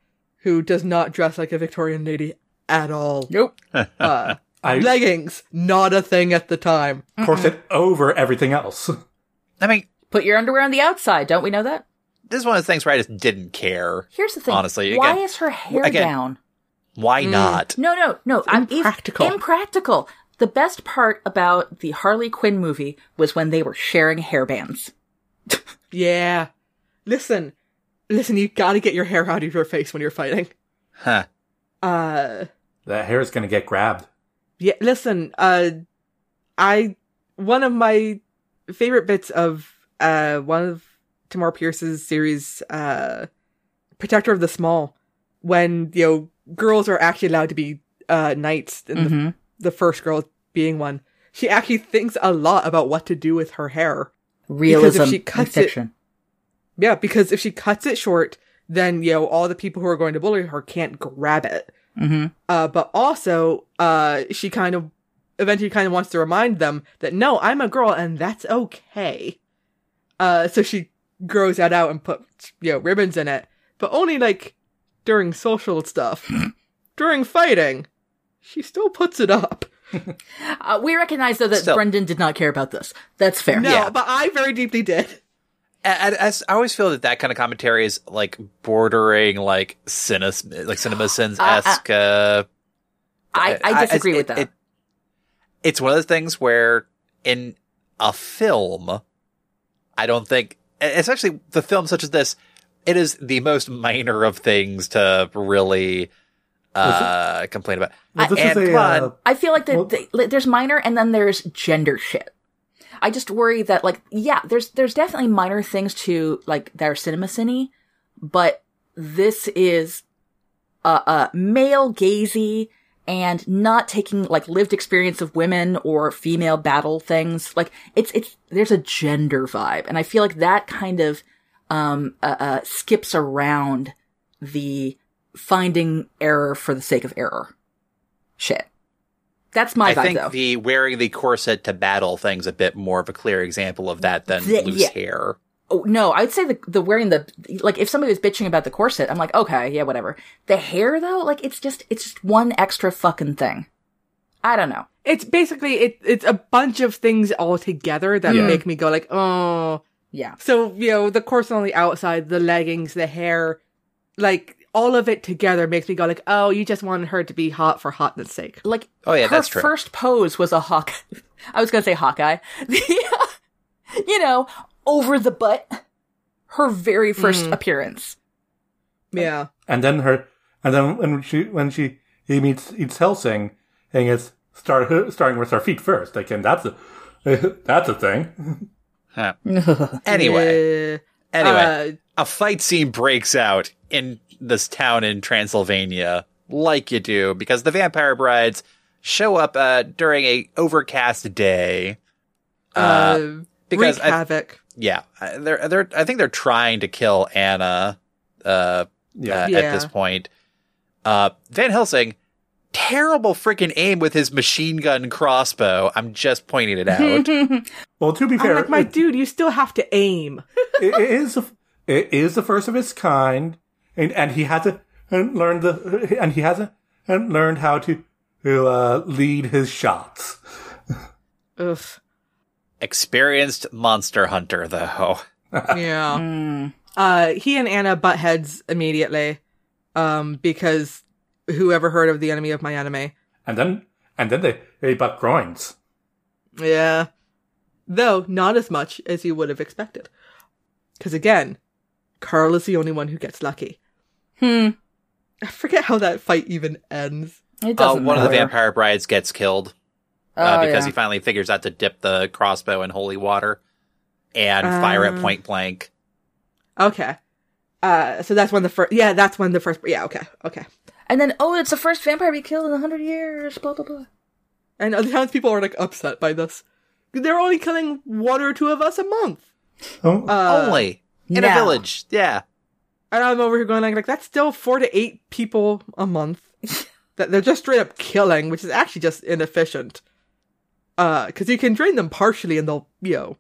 S4: who does not dress like a Victorian lady at all.
S2: nope.
S4: Uh,
S5: I,
S4: leggings, not a thing at the time.
S5: corset over everything else.
S1: I mean,
S2: Put your underwear on the outside. Don't we know that?
S1: this is one of the things where I just didn't care.
S2: Here's the thing.
S1: Honestly,
S2: why
S1: again-
S2: is her hair
S1: again-
S2: down? Mm.
S1: Why not?
S2: No, no, no. I'm ev-
S4: impractical.
S2: impractical. The best part about the Harley Quinn movie was when they were sharing hairbands.
S4: Yeah. Listen. Listen, you gotta get your hair out of your face when you're fighting.
S1: Huh.
S4: Uh
S5: That hair is going to get grabbed.
S4: Yeah, listen, uh I one of my favorite bits of uh one of Tamar Pierce's series uh Protector of the Small when you know girls are actually allowed to be uh knights and the,
S2: Mhm.
S4: the first girl being one. She actually thinks a lot about what to do with her hair.
S2: Realism
S4: she
S2: and
S4: cuts it-
S2: fiction.
S4: Yeah, because if she cuts it short, then you know all the people who are going to bully her can't grab it.
S2: hmm
S4: Uh, but also, uh, she kind of eventually kind of wants to remind them that no, I'm a girl and that's okay. Uh, so she grows that out and puts you know ribbons in it, but only like during social stuff. during fighting, she still puts it up.
S2: Uh, we recognize though that
S1: Still-
S2: Brendan did not care about this. That's fair.
S4: No,
S1: Yeah.
S4: but I very deeply did.
S1: And, and I always feel that that kind of commentary is like bordering like cinis, like cinema sins esque. Uh,
S2: I, I disagree
S1: it-
S2: with that.
S1: it- it's one of those things where in a film, I don't think, e, especially the film such as this, it is the most minor of things to really uh, complain about.
S5: Well, this
S1: and
S5: is a,
S1: come on.
S5: uh,
S2: I feel like the,
S5: Well-
S2: the- like, there's minor and then there's gender shit. I just worry that like yeah, there's there's definitely minor things to like that are cinema cine, but this is uh uh male gazy and not taking like lived experience of women or female battle things. Like it's it's there's a gender vibe, and I feel like that kind of um uh, uh skips around the finding error for the sake of error shit. That's my
S1: I
S2: vibe
S1: think
S2: though.
S1: the wearing the corset to battle thing's a bit more of a clear example of that than
S2: The-
S1: loose
S2: yeah.
S1: hair.
S2: oh, no, I'd say the the wearing the like if somebody was bitching about the corset, I'm like, okay, yeah, whatever. The hair though, like it's just it's just one extra fucking thing. I don't know.
S4: It's basically it. It's a bunch of things all together that
S2: Yeah.
S4: make me go like, oh,
S2: Yeah.
S4: So, you know, the corset on the outside, the leggings, the hair, like all of it together makes me go like, oh, you just wanted her to be hot for hotness sake.
S2: Like
S1: Oh, yeah,
S2: her
S1: that's true.
S2: first pose was a hawk. I was gonna say Hawkeye. The, uh, you know, over the butt. Her very
S1: Mm.
S2: first appearance.
S4: Yeah.
S5: And then her, and then when she when she he meets eats Helsing, and it's start starting with her feet first. Like, and that's a that's a thing.
S1: Huh.
S2: Hmm,
S1: anyway,
S4: Uh,
S1: anyway, a fight scene breaks out in this town in Transylvania, like you do, because the vampire brides show up uh, during a overcast day.
S4: uh,
S1: because
S4: wreak
S1: I-
S4: havoc.
S1: Yeah, uh, they're they're. I think they're trying to kill Anna. Uh, uh, at
S4: Yeah.
S1: this point. Uh, Van Helsing, terrible freaking aim with his machine gun crossbow. I'm just pointing it out.
S5: Well, to be
S4: I'm
S5: fair,
S4: like, my
S5: it-
S4: dude, you still have to aim.
S5: it is the- it is the first of its kind, and and he hasn't learned the and he hasn't learned how to to uh, lead his shots.
S4: Ugh.
S1: Experienced monster hunter, though.
S4: Yeah.
S1: Hmm.
S4: Uh, he and Anna butt heads immediately, um, because whoever heard of the enemy of my enemy?
S5: And then and then they they butt groins.
S4: Yeah. Though not as much as you would have expected. Because again, Carl is the only one who gets lucky.
S2: Hmm.
S4: I forget how that fight even ends.
S2: It
S1: Uh,
S2: doesn't
S1: one of the
S2: matter.
S1: vampire brides gets killed uh,
S2: Oh,
S1: because
S2: yeah.
S1: he finally figures out to dip the crossbow in holy water and fire at
S2: Uh,
S4: Ah.
S1: point blank.
S4: Okay. Uh, so that's when the first, yeah, that's when the first, yeah, okay, okay.
S2: And then, oh, it's the first vampire to be killed in a hundred years. Blah blah blah.
S4: And other townspeople are like upset by this. They're only killing one or two of us a month.
S5: Oh,
S2: uh,
S1: Only in a
S2: now.
S1: village. Yeah.
S4: And I'm over here going like, like that's still four to eight people a month that they're just straight up killing, which is actually just inefficient. Uh, because you can drain them partially and they'll you know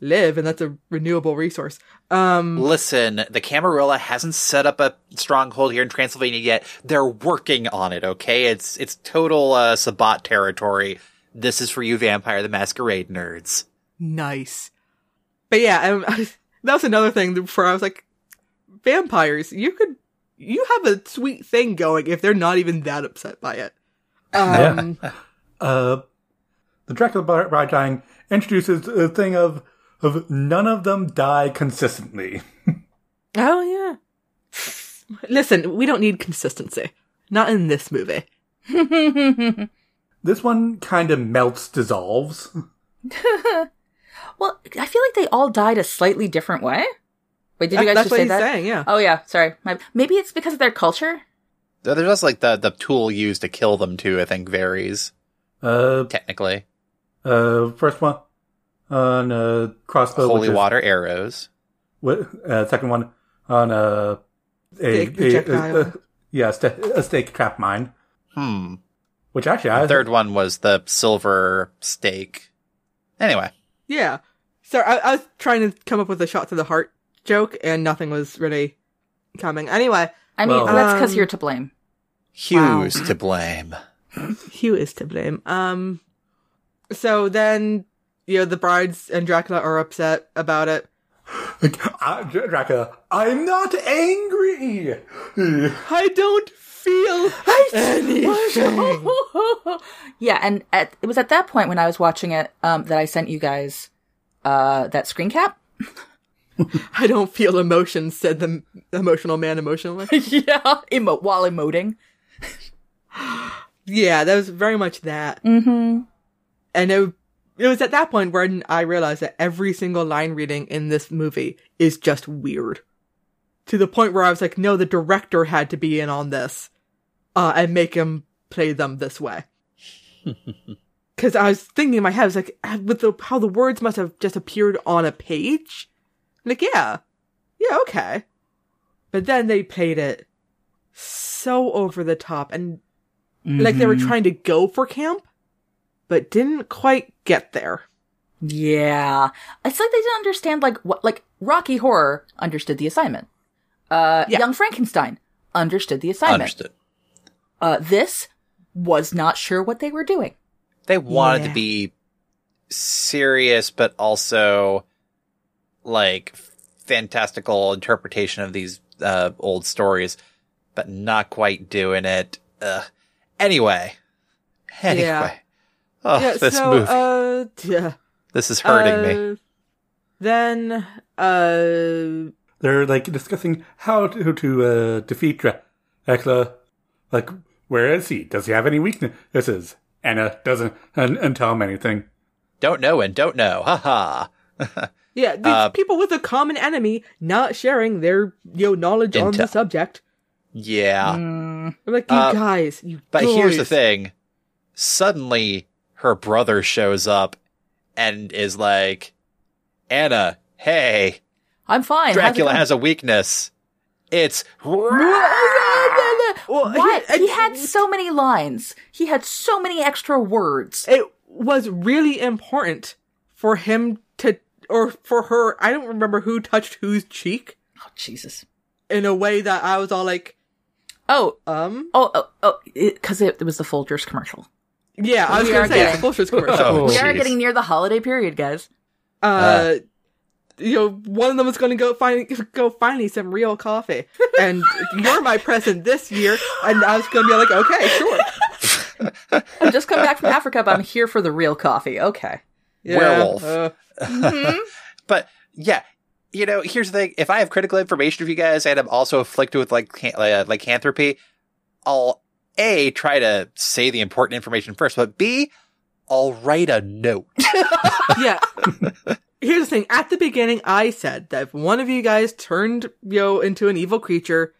S4: live, and that's a renewable resource. Um,
S1: Listen, the Camarilla hasn't set up a stronghold here in Transylvania yet. They're working on it, okay? It's it's total uh, Sabat territory. This is for you, Vampire the Masquerade nerds.
S4: nice. But yeah, um, that was another thing where I was like, vampires, you could you have a sweet thing going if they're not even that upset by it. Um,
S5: uh, the Dracula Bar- Bride dying introduces a thing of of none of them die consistently.
S4: Oh yeah. Listen, we don't need consistency. Not in this movie.
S5: This one kind of melts, dissolves.
S2: Uh, Well, I feel like they all died a slightly different way. Wait, did you guys
S4: That's
S2: just
S4: what
S2: say
S4: he's
S2: that?
S4: saying, yeah.
S2: Oh yeah, sorry. My, maybe it's because of their culture.
S1: Though There's also like the the tool used to kill them too. I think varies
S5: Uh,
S1: technically.
S5: uh, first one on uh, crossbow.
S1: Holy
S5: which is-
S1: water arrows.
S5: wi- uh, second one on uh, a,
S4: Stake
S5: a,
S4: projectile.
S5: a, a yeah, st- a stake trap mine.
S1: Hmm.
S5: Which actually, I
S1: Third one was the silver stake. Anyway,
S4: Yeah. So I, I was trying to come up with a shot to the heart joke, and nothing was really coming. Anyway,
S2: I mean,
S5: Well-
S2: that's because
S4: Um,
S2: you're to blame.
S1: Hughes to blame.
S4: Hugh is to blame. Um, so then, you know, the brides and Dracula are upset about it.
S5: Like, I, Dr- Dracula, I'm not angry.
S4: I don't feel anything.
S2: yeah, and at, it was at that point when I was watching it um, that I sent you guys uh, that screen cap.
S4: I don't feel emotion," said the emotional man emotionally.
S2: yeah, emo- while emoting.
S4: yeah, that was very much that.
S2: Mm-hmm.
S4: And it, it was at that point where I realized that every single line reading in this movie is just weird. To the point where I was like, no, the director had to be in on this uh, and make him play them this way. Because I was thinking in my head, I was like, ah, with the, how the words must have just appeared on a page. Like, yeah, yeah, okay. But then they played it so over the top and like they were
S1: Mm-hmm.
S4: trying to go for camp but didn't quite get there.
S1: Mm-hmm.
S2: Yeah, it's like they didn't understand like what like Rocky Horror understood the assignment. Uh,
S4: Yeah.
S2: Young Frankenstein understood the assignment.
S1: Understood.
S2: Uh, this was not sure what they were doing.
S1: They wanted to
S4: Yeah.
S1: be serious, but also like fantastical interpretation of these uh, old stories, but not quite doing it. Ugh. Anyway, anyway, oh,
S4: yeah,
S1: this
S4: so,
S1: movie,
S4: uh, yeah.
S1: this is hurting me.
S4: Uh, Then, uh,
S5: They're like discussing how to, to uh, defeat Dra- Dracula. Like, where is he? Does he have any weaknesses? Anna doesn't and, and tell him anything.
S1: Don't know and don't know. Ha ha.
S4: yeah, these
S1: Uh,
S4: people with a common enemy not sharing their you know, knowledge on the
S1: Intel.
S4: subject.
S1: Yeah.
S2: Mm.
S4: I'm like, you
S1: Uh,
S4: guys, you
S1: But here's the
S4: guys.
S1: thing. Suddenly her brother shows up and is like, Anna, hey,
S2: I'm fine. How's it
S1: Dracula
S2: going? Oh,
S1: has a weakness. It's
S4: Well, he-
S2: What?
S4: and
S2: He had so many lines. He had so many extra words.
S4: it was really important for him to, or for her, I don't remember who touched whose cheek
S2: Oh, Jesus.
S4: in a way that I was all like,
S2: Oh,
S4: um,
S2: oh, oh, oh, because it, it was the Folgers commercial.
S4: yeah, I was
S2: We
S4: gonna
S2: are
S4: say, it's a
S2: getting-
S4: Fulcher's commercial.
S1: Oh,
S2: we are
S1: jeez.
S2: getting near the holiday period, guys.
S4: uh, you know, one of them is going to go find go find me some real coffee, and you're my present this year. And I was going to be like, okay, sure.
S2: I've just come back from Africa, but I'm here for the real coffee. Okay.
S4: Yeah,
S1: Werewolf.
S4: uh,
S2: mm-hmm.
S1: But yeah, you know, here's the thing. If I have critical information for you guys and I'm also afflicted with like can- uh, lycanthropy, I'll A, try to say the important information first, but B, I'll write a note.
S4: yeah. Here's the thing. At the beginning, I said that if one of you guys turned Yo into an evil creature,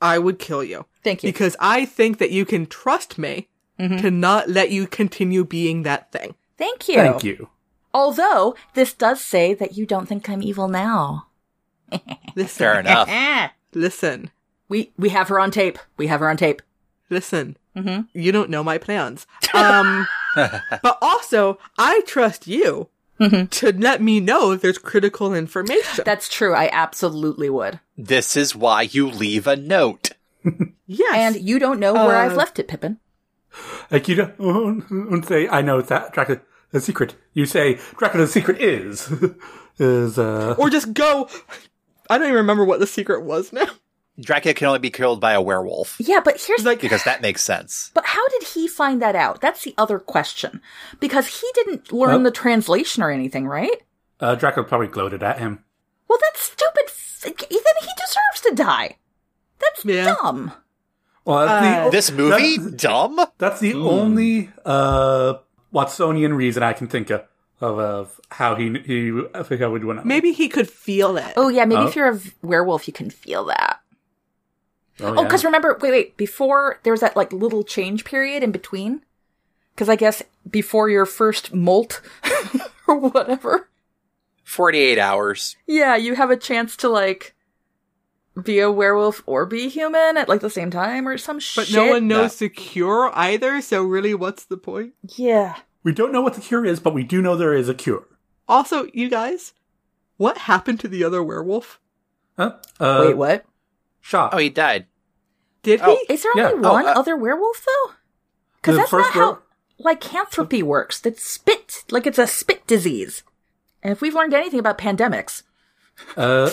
S4: I would kill you
S2: Thank you.
S4: because I think that you can trust me to not let you continue being that thing.
S2: Thank you.
S5: Thank you.
S2: Although, this does say that you don't think I'm evil now. Eh.
S4: Listen,
S1: Fair enough.
S4: listen,
S2: We we have her on tape. We have her on tape.
S4: listen.
S2: Mhm.
S4: You don't know my plans. Um. But also, I trust you to let me know if there's critical information.
S2: That's true. I absolutely would.
S1: this is why you leave a note.
S4: yes.
S2: And you don't know where I've
S4: Uh,
S2: left it, Pippin.
S5: Like you don't, don't say, "I know that Dracula the secret." You say, "Dracula's secret is is uh."
S4: or just go. I don't even remember what the secret was now.
S1: Dracula can only be killed by a werewolf
S2: Yeah, but here's
S4: Like,
S1: because that makes sense.
S2: But how did he find that out? That's the other question. Because he didn't learn
S5: Well-
S2: the translation or anything, right?
S5: Uh, Dracula probably gloated at him.
S2: Well, that's stupid. f- Then he deserves to die. That's
S4: Yeah.
S2: dumb.
S5: Well, that's the,
S2: Uh,
S1: This movie
S5: That's,
S1: dumb.
S5: that's the only uh, Watsonian reason I can think of of, of how he he I think I would win.
S4: maybe he could feel it.
S2: Oh yeah, maybe if
S5: Oh.
S2: you're a v- werewolf, you can feel that.
S5: Oh,
S2: Oh,
S5: yeah.
S2: because remember, wait, wait. Before there was that like little change period in between, because I guess before your first molt or whatever,
S1: 48 hours.
S2: yeah, you have a chance to like be a werewolf or be human at like the same time or some shit.
S4: but no one
S1: no.
S4: knows the cure either, so really, what's the point?
S2: Yeah.
S5: we don't know what the cure is, but we do know there is a cure.
S4: Also, you guys, what happened to the other werewolf?
S5: Huh? Uh,
S2: wait, what?
S5: Shot.
S1: Oh, he died.
S4: Did
S1: Oh,
S4: he?
S2: Is there
S5: yeah.
S2: only
S1: Oh,
S2: one
S1: uh,
S2: other werewolf though? Because
S5: The
S2: that's not
S5: first
S2: how
S5: were-
S2: lycanthropy works. That's spit, like it's a spit disease. And if we've learned anything about pandemics,
S5: Uh,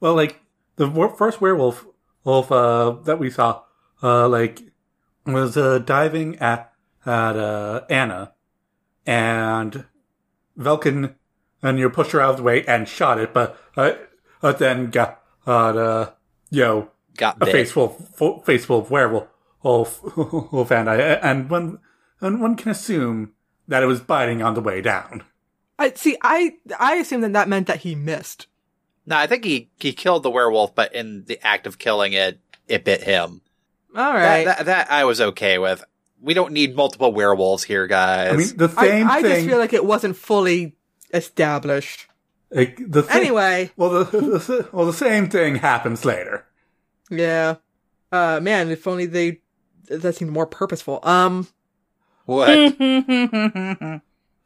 S5: well, like the wor- first werewolf wolf uh, that we saw, uh, like was uh, diving at at uh, Anna, and Velkin and you pushed her out of the way and shot it, but uh, but then got uh, you know
S1: Got
S5: a
S1: bit.
S5: face full full- face full of werewolf wolf, wolf and I and one and one can assume that it was biting on the way down.
S4: I see. I I assume that that meant that he missed.
S1: No, I think he, he killed the werewolf, but in the act of killing it, it bit him.
S4: All right.
S1: That, that, that I was okay with. We don't need multiple werewolves here, guys.
S5: I mean, the
S4: I-
S5: same
S4: I,
S5: thing.
S4: just feel like it wasn't fully established.
S5: like, the thing-
S4: Anyway,
S5: Well, the, the well, the same thing happens later.
S4: yeah. Uh, man, if only they that seemed more purposeful. Um.
S5: hmm.
S1: what?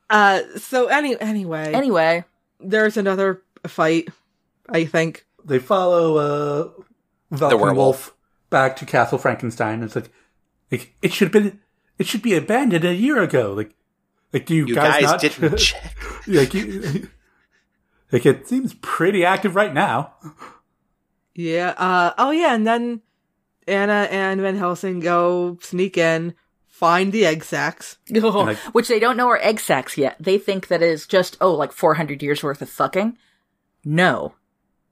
S4: Uh. So any anyway,
S2: anyway,
S4: there's another fight. I think.
S5: They follow uh, Valken
S1: werewolf.
S5: Wolf back to Castle Frankenstein. It's like, like it should have been it should be abandoned a year ago. Like, like do you,
S1: You guys,
S5: not
S1: didn't check.
S5: like you, Like it seems pretty active right now.
S4: Yeah. Uh, oh, yeah. And then Anna and Van Helsing go sneak in, find the egg sacks.
S2: Oh,
S5: I-
S2: which they don't know are egg sacks yet. They think that it is just, oh, like 400 years worth of fucking. No.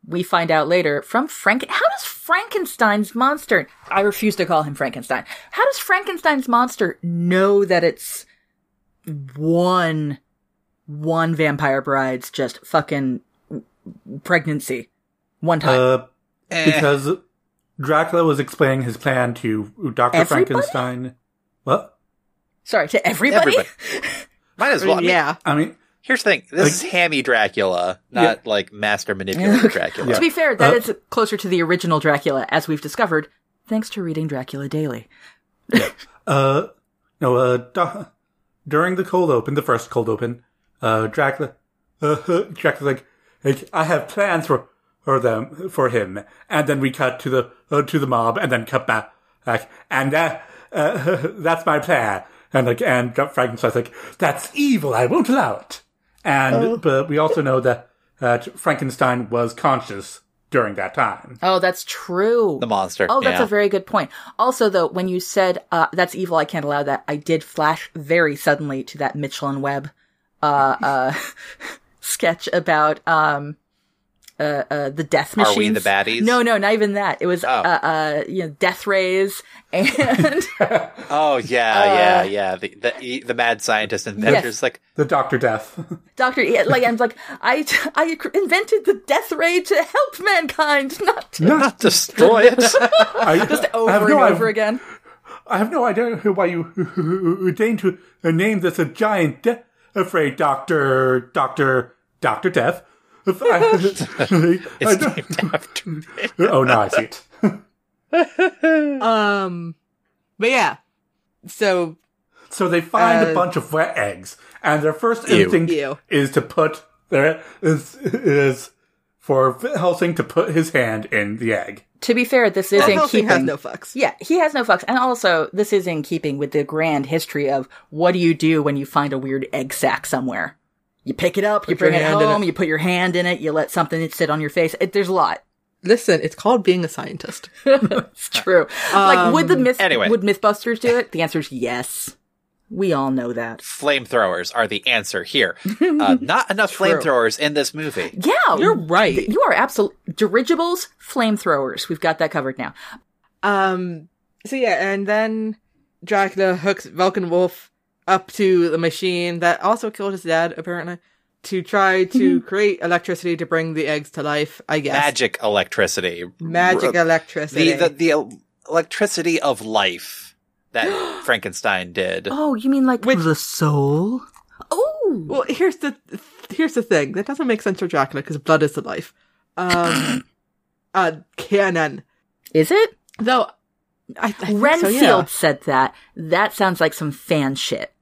S2: We find out later from Frank. How does Frankenstein's monster, I refuse to call him Frankenstein, how does Frankenstein's monster know that it's one, one vampire bride's just fucking pregnancy? One time.
S5: Uh,
S1: Eh,
S5: because Dracula was explaining his plan to Doctor
S2: Everybody?
S5: Frankenstein. What?
S2: Sorry, to everybody?
S1: Everybody. Might as well. I mean,
S4: yeah.
S5: I mean,
S1: Here's the thing. This is hammy Dracula, not like master manipulator Dracula.
S2: To be fair, that
S5: Uh,
S2: is closer to the original Dracula, as we've discovered, thanks to reading Dracula Daily.
S5: Uh, no, uh, du- during the cold open, the first cold open, uh, Dracula, uh, Dracula's like, like, I have plans for, for them, for him. And then we cut to the, uh, to the mob and then cut back. Like, and that, uh, that's my plan. And like, and Dr. Frankenstein's like, that's evil. I won't allow it. And,
S2: Uh-huh.
S5: but we also know that, that Frankenstein was conscious during that time.
S2: Oh, that's true.
S1: The monster.
S2: Oh, that's
S1: yeah.
S2: a very good point. Also, though, when you said uh, that's evil, I can't allow that. I did flash very suddenly to that Michelin Web uh, uh, sketch about um, uh, uh, the death
S1: Are
S2: machines.
S1: we the baddies? Oh.
S2: No, no, not even that. It was uh, uh, you know death rays and
S1: Oh yeah, yeah, yeah. The, e, the the mad scientist and
S2: Uh, Yes.
S1: Venture's like,
S5: The Doctor Death.
S2: Doctor, yeah, like I'm like I I invented the death ray to help mankind, not to
S1: not destroy it.
S5: I, Just
S2: over and over again.
S5: I have no idea why you deign to uh, name this a giant death afraid doctor, doctor, doctor death. If I- I
S1: it's
S5: don't-
S1: named after me.
S5: oh, now I see it.
S4: Um, but yeah. So
S5: So they find
S4: Uh,
S5: a bunch of wet eggs, and their first
S1: Ew.
S5: instinct
S4: Ew.
S5: is to put their is is for Helsing to put his hand in the egg.
S2: To be fair, this is
S4: Van
S2: in
S4: Helsing
S2: keeping.
S4: has no fucks.
S2: yeah, he has no fucks, and also this is in keeping with the grand history of what do you do when you find a weird egg sack somewhere? You pick it up, you
S4: your
S2: bring it
S4: hand in
S2: home,
S4: it.
S2: you put your hand in it, you let something sit on your face. It, there's a lot.
S4: Listen, it's called being a scientist.
S2: It's true. like would the
S4: Um,
S2: myth
S1: anyway.
S2: would MythBusters do it? The answer is yes. We all know that.
S1: Flamethrowers are the answer here. Uh, not enough flamethrowers in this movie.
S2: Yeah,
S4: You're right.
S2: You are absolutely dirigibles, flamethrowers. We've got that covered now.
S4: Um. So yeah, and then Dracula hooks Vulcan Wolf up to the machine that also killed his dad, apparently, to try
S2: Mm-hmm.
S4: to create electricity to bring the eggs to life. I guess
S1: Magic electricity.
S4: Magic
S1: R-
S4: electricity.
S1: the, the the el- electricity of life that Frankenstein did.
S2: Oh, you mean like
S4: Which-
S2: the soul? Oh,
S4: well, here's the here's the thing that doesn't make sense for Dracula because blood is the life. Um. uh, canon
S2: is it?
S4: though. I, I think so,
S2: Renfield
S4: yeah.
S2: said that. That sounds like some fan shit.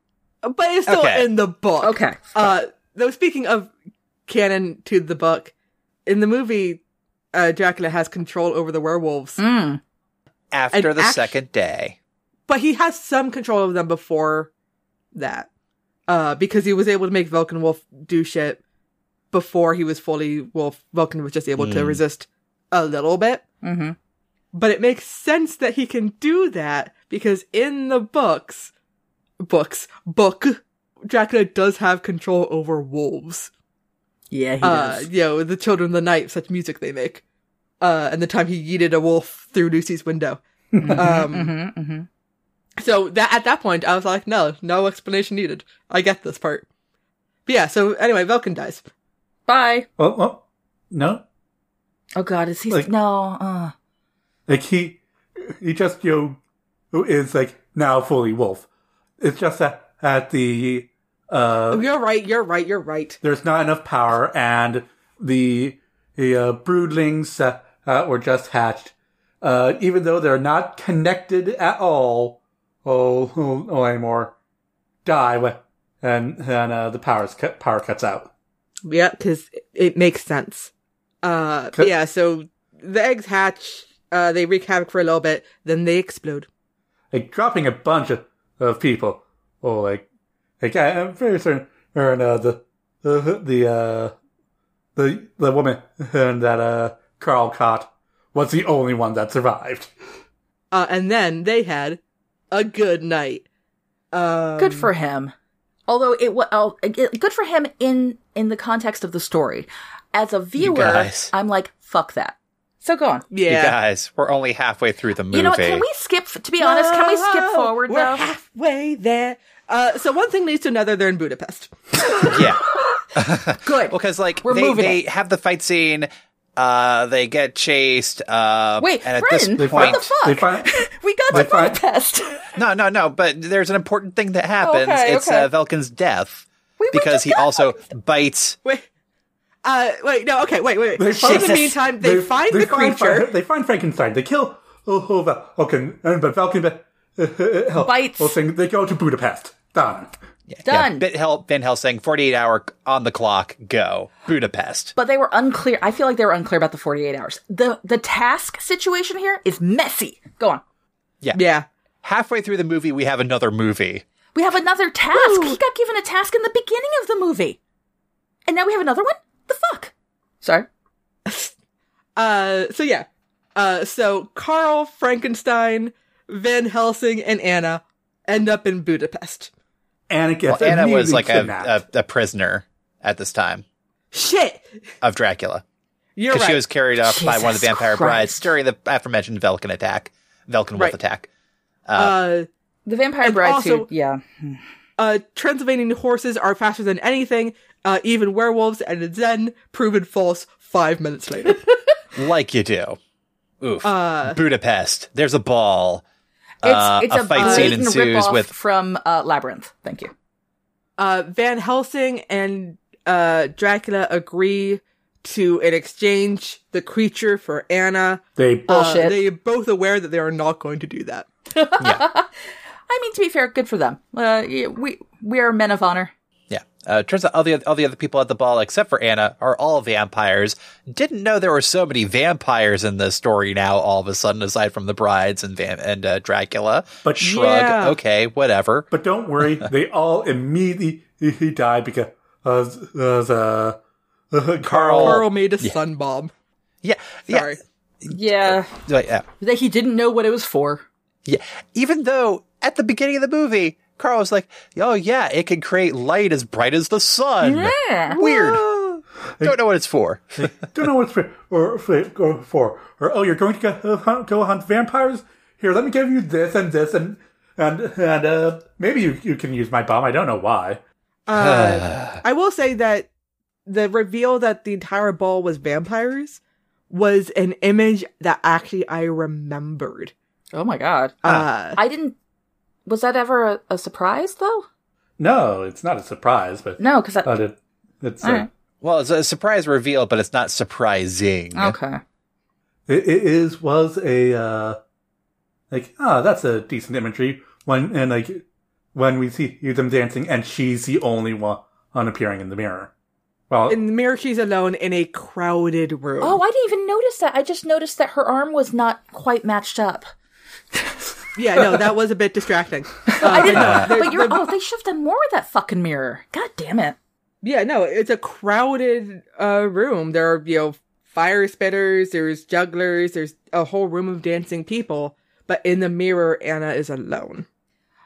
S4: but it's still
S1: Okay.
S4: in the book.
S2: Okay.
S4: Uh, though speaking of canon to the book, in the movie, uh, Dracula has control over the werewolves,
S2: Mm.
S1: After
S4: an
S1: the
S4: act-
S1: second day.
S4: but he has some control over them before that, uh, because he was able to make Vulcan Wolf do shit before he was fully wolf. Vulcan was just able to
S1: Mm.
S4: resist a little bit,
S2: hmm
S4: but it makes sense that he can do that because in the books, books, book, Dracula does have control over wolves.
S2: Yeah, he
S4: uh,
S2: does.
S4: you know, the children of the night, such music they make. Uh, and the time he yeeted a wolf through Lucy's window. um,
S2: hmm hmm
S4: So that at that point, I was like, no, no explanation needed. I get this part. But yeah. So anyway, Velkin dies.
S2: Bye.
S5: Well, well Oh, no,
S2: Oh God, is he?
S5: Like-
S2: no. Uh.
S5: Like he, he just you know, is like now fully wolf. It's just that at the uh,
S4: Oh, You're right. You're right. You're right.
S5: there's not enough power, and the the uh, broodlings uh, uh, were just hatched. Uh, even though they're not connected at all, oh, oh, oh anymore, die when and and uh, the power's cut, power cuts out.
S4: Yeah, because it makes sense. Uh, but
S5: Cut.
S4: yeah. So the eggs hatch. Uh, they wreak havoc for a little bit, then they explode.
S5: like dropping a bunch of, of people. Oh, like, like I, I'm very certain, or uh, the the the uh, the the woman that uh, Carl caught was the only one that survived.
S4: Uh, and then they had a good night. Um,
S2: Good for him. Although it was oh, it- good for him in in the context of the story. As a viewer,
S1: guys.
S2: I'm like, fuck that. So go on.
S1: You
S4: yeah.
S1: guys, we're only halfway through the movie.
S2: You know what? Can we skip? To be honest, can we skip
S4: Whoa,
S2: forward
S4: We're
S2: though?
S4: halfway there. Uh, so one thing leads to another. They're in Budapest.
S1: yeah.
S2: Good.
S1: Well, because like
S2: We're
S1: they,
S2: moving
S1: they
S2: it.
S1: have the fight scene, uh, they get chased. Uh,
S2: Wait,
S1: and at
S2: Brennan,
S1: this
S5: They
S1: point,
S5: find
S2: what the fuck?
S5: they find
S2: we got
S5: Wait,
S2: to
S5: fine.
S2: Budapest.
S1: no, no, no. But there's an important thing that happens.
S2: Okay,
S1: it's
S2: okay.
S1: Uh, Velkin's death
S2: We were
S1: because
S2: just
S1: he also bites.
S4: Wait. Uh, wait. No. Okay. Wait. Wait.
S5: They
S4: wait. In the
S5: find-
S4: meantime, they, find the creature.
S5: Frank- they find Frankenstein. They kill oh, oh Val- Falcon, and but Falcon uh, uh, hell,
S2: Bites.
S5: well, thing, they go to Budapest. Done.
S2: done.
S1: Yeah, Bit Hel- Van Helsing, 48 hour on the clock, go. Budapest.
S2: but they were unclear. I feel like they were unclear about the 48 hours. The the task situation here is messy. Go on.
S4: Yeah.
S1: Halfway through the movie, we have another movie.
S2: We have another task. He got given a task in the beginning of the movie. And now we have another one? The fuck? Sorry.
S4: Uh, so yeah. Uh, so Carl, Frankenstein, Van Helsing, and Anna end up in Budapest.
S5: Anna gets
S1: Well, Anna was
S5: immediately
S1: like a,
S5: kidnapped.
S1: a, a prisoner at this time
S4: Shit.
S1: of Dracula.
S4: You're
S1: Because
S4: right.
S1: she was carried off by one of the
S2: Jesus
S1: vampire brides
S2: Christ.
S1: during the aforementioned Velkin attack, Velkin wolf
S4: Right.
S1: attack.
S4: uh,
S2: The vampire
S4: And
S2: bride
S4: also-
S2: too. Yeah.
S4: uh, Transylvanian horses are faster than anything, uh, even werewolves, and it's then proven false five minutes later.
S1: Like you do. Oof.
S4: Uh,
S1: Budapest. There's a ball.
S2: It's
S1: Uh,
S2: it's
S1: a
S2: a,
S1: fight
S2: blatant
S1: scene ensues
S2: ripoff
S1: with-
S2: from uh, Labyrinth. Thank you.
S4: uh, Van Helsing and uh, Dracula agree to an exchange the creature for Anna.
S5: they
S4: Uh,
S2: Bullshit.
S4: they are both aware that they are not going to do that.
S2: I mean, to be fair, good for them. Uh, yeah, we we are men of honor.
S1: Yeah. Uh, turns out all the, all the other people at the ball, except for Anna, are all vampires. Didn't know there were so many vampires in the story now, all of a sudden, aside from the brides and, Van- and uh, Dracula.
S5: But-
S1: shrug.
S4: Yeah.
S1: Okay, whatever.
S5: But don't worry, they all immediately he died because uh, uh, uh,
S2: Oh,
S5: Carl.
S4: Carl made a sun bomb.
S1: Yeah.
S4: Sorry.
S2: Yeah.
S1: Yeah. Yeah.
S2: That he didn't know what it was for.
S1: Yeah. Even though at the beginning of the movie, Carl was like, oh, yeah, it can create light as bright as the sun.
S2: Yeah.
S1: Weird. Don't know what it's for.
S5: Don't know what's for or, for- or for or oh, you're going to go uh, hunt, go hunt vampires. Here, let me give you this and this and and and uh, maybe you, you can use my bomb. I don't know why.
S4: Uh, I will say that the reveal that the entire ball was vampires was an image that actually I remembered.
S2: Oh my god.
S4: Uh,
S2: I didn't. Was that ever a, a surprise though?
S5: No, it's not a surprise, but
S2: No, because
S5: but it, it's uh,
S2: Alright.
S1: Well, it's a surprise reveal, but it's not surprising.
S2: okay.
S5: it, it is was a uh, like ah, that's a decent imagery when and like when we see them dancing and she's the only one on appearing in the mirror. Well,
S4: Uh, in the mirror, she's alone in a crowded room.
S2: Oh, I didn't even notice that. I just noticed that her arm was not quite matched up.
S4: yeah, no, that was a bit distracting. Uh,
S2: I didn't.
S4: the-
S2: but you're.
S4: the-
S2: oh, they should have done more with that fucking mirror. God damn it.
S4: Yeah, no, it's a crowded uh, room. There are, you know, fire spitters, there's jugglers, there's a whole room of dancing people, but in the mirror, Anna is alone.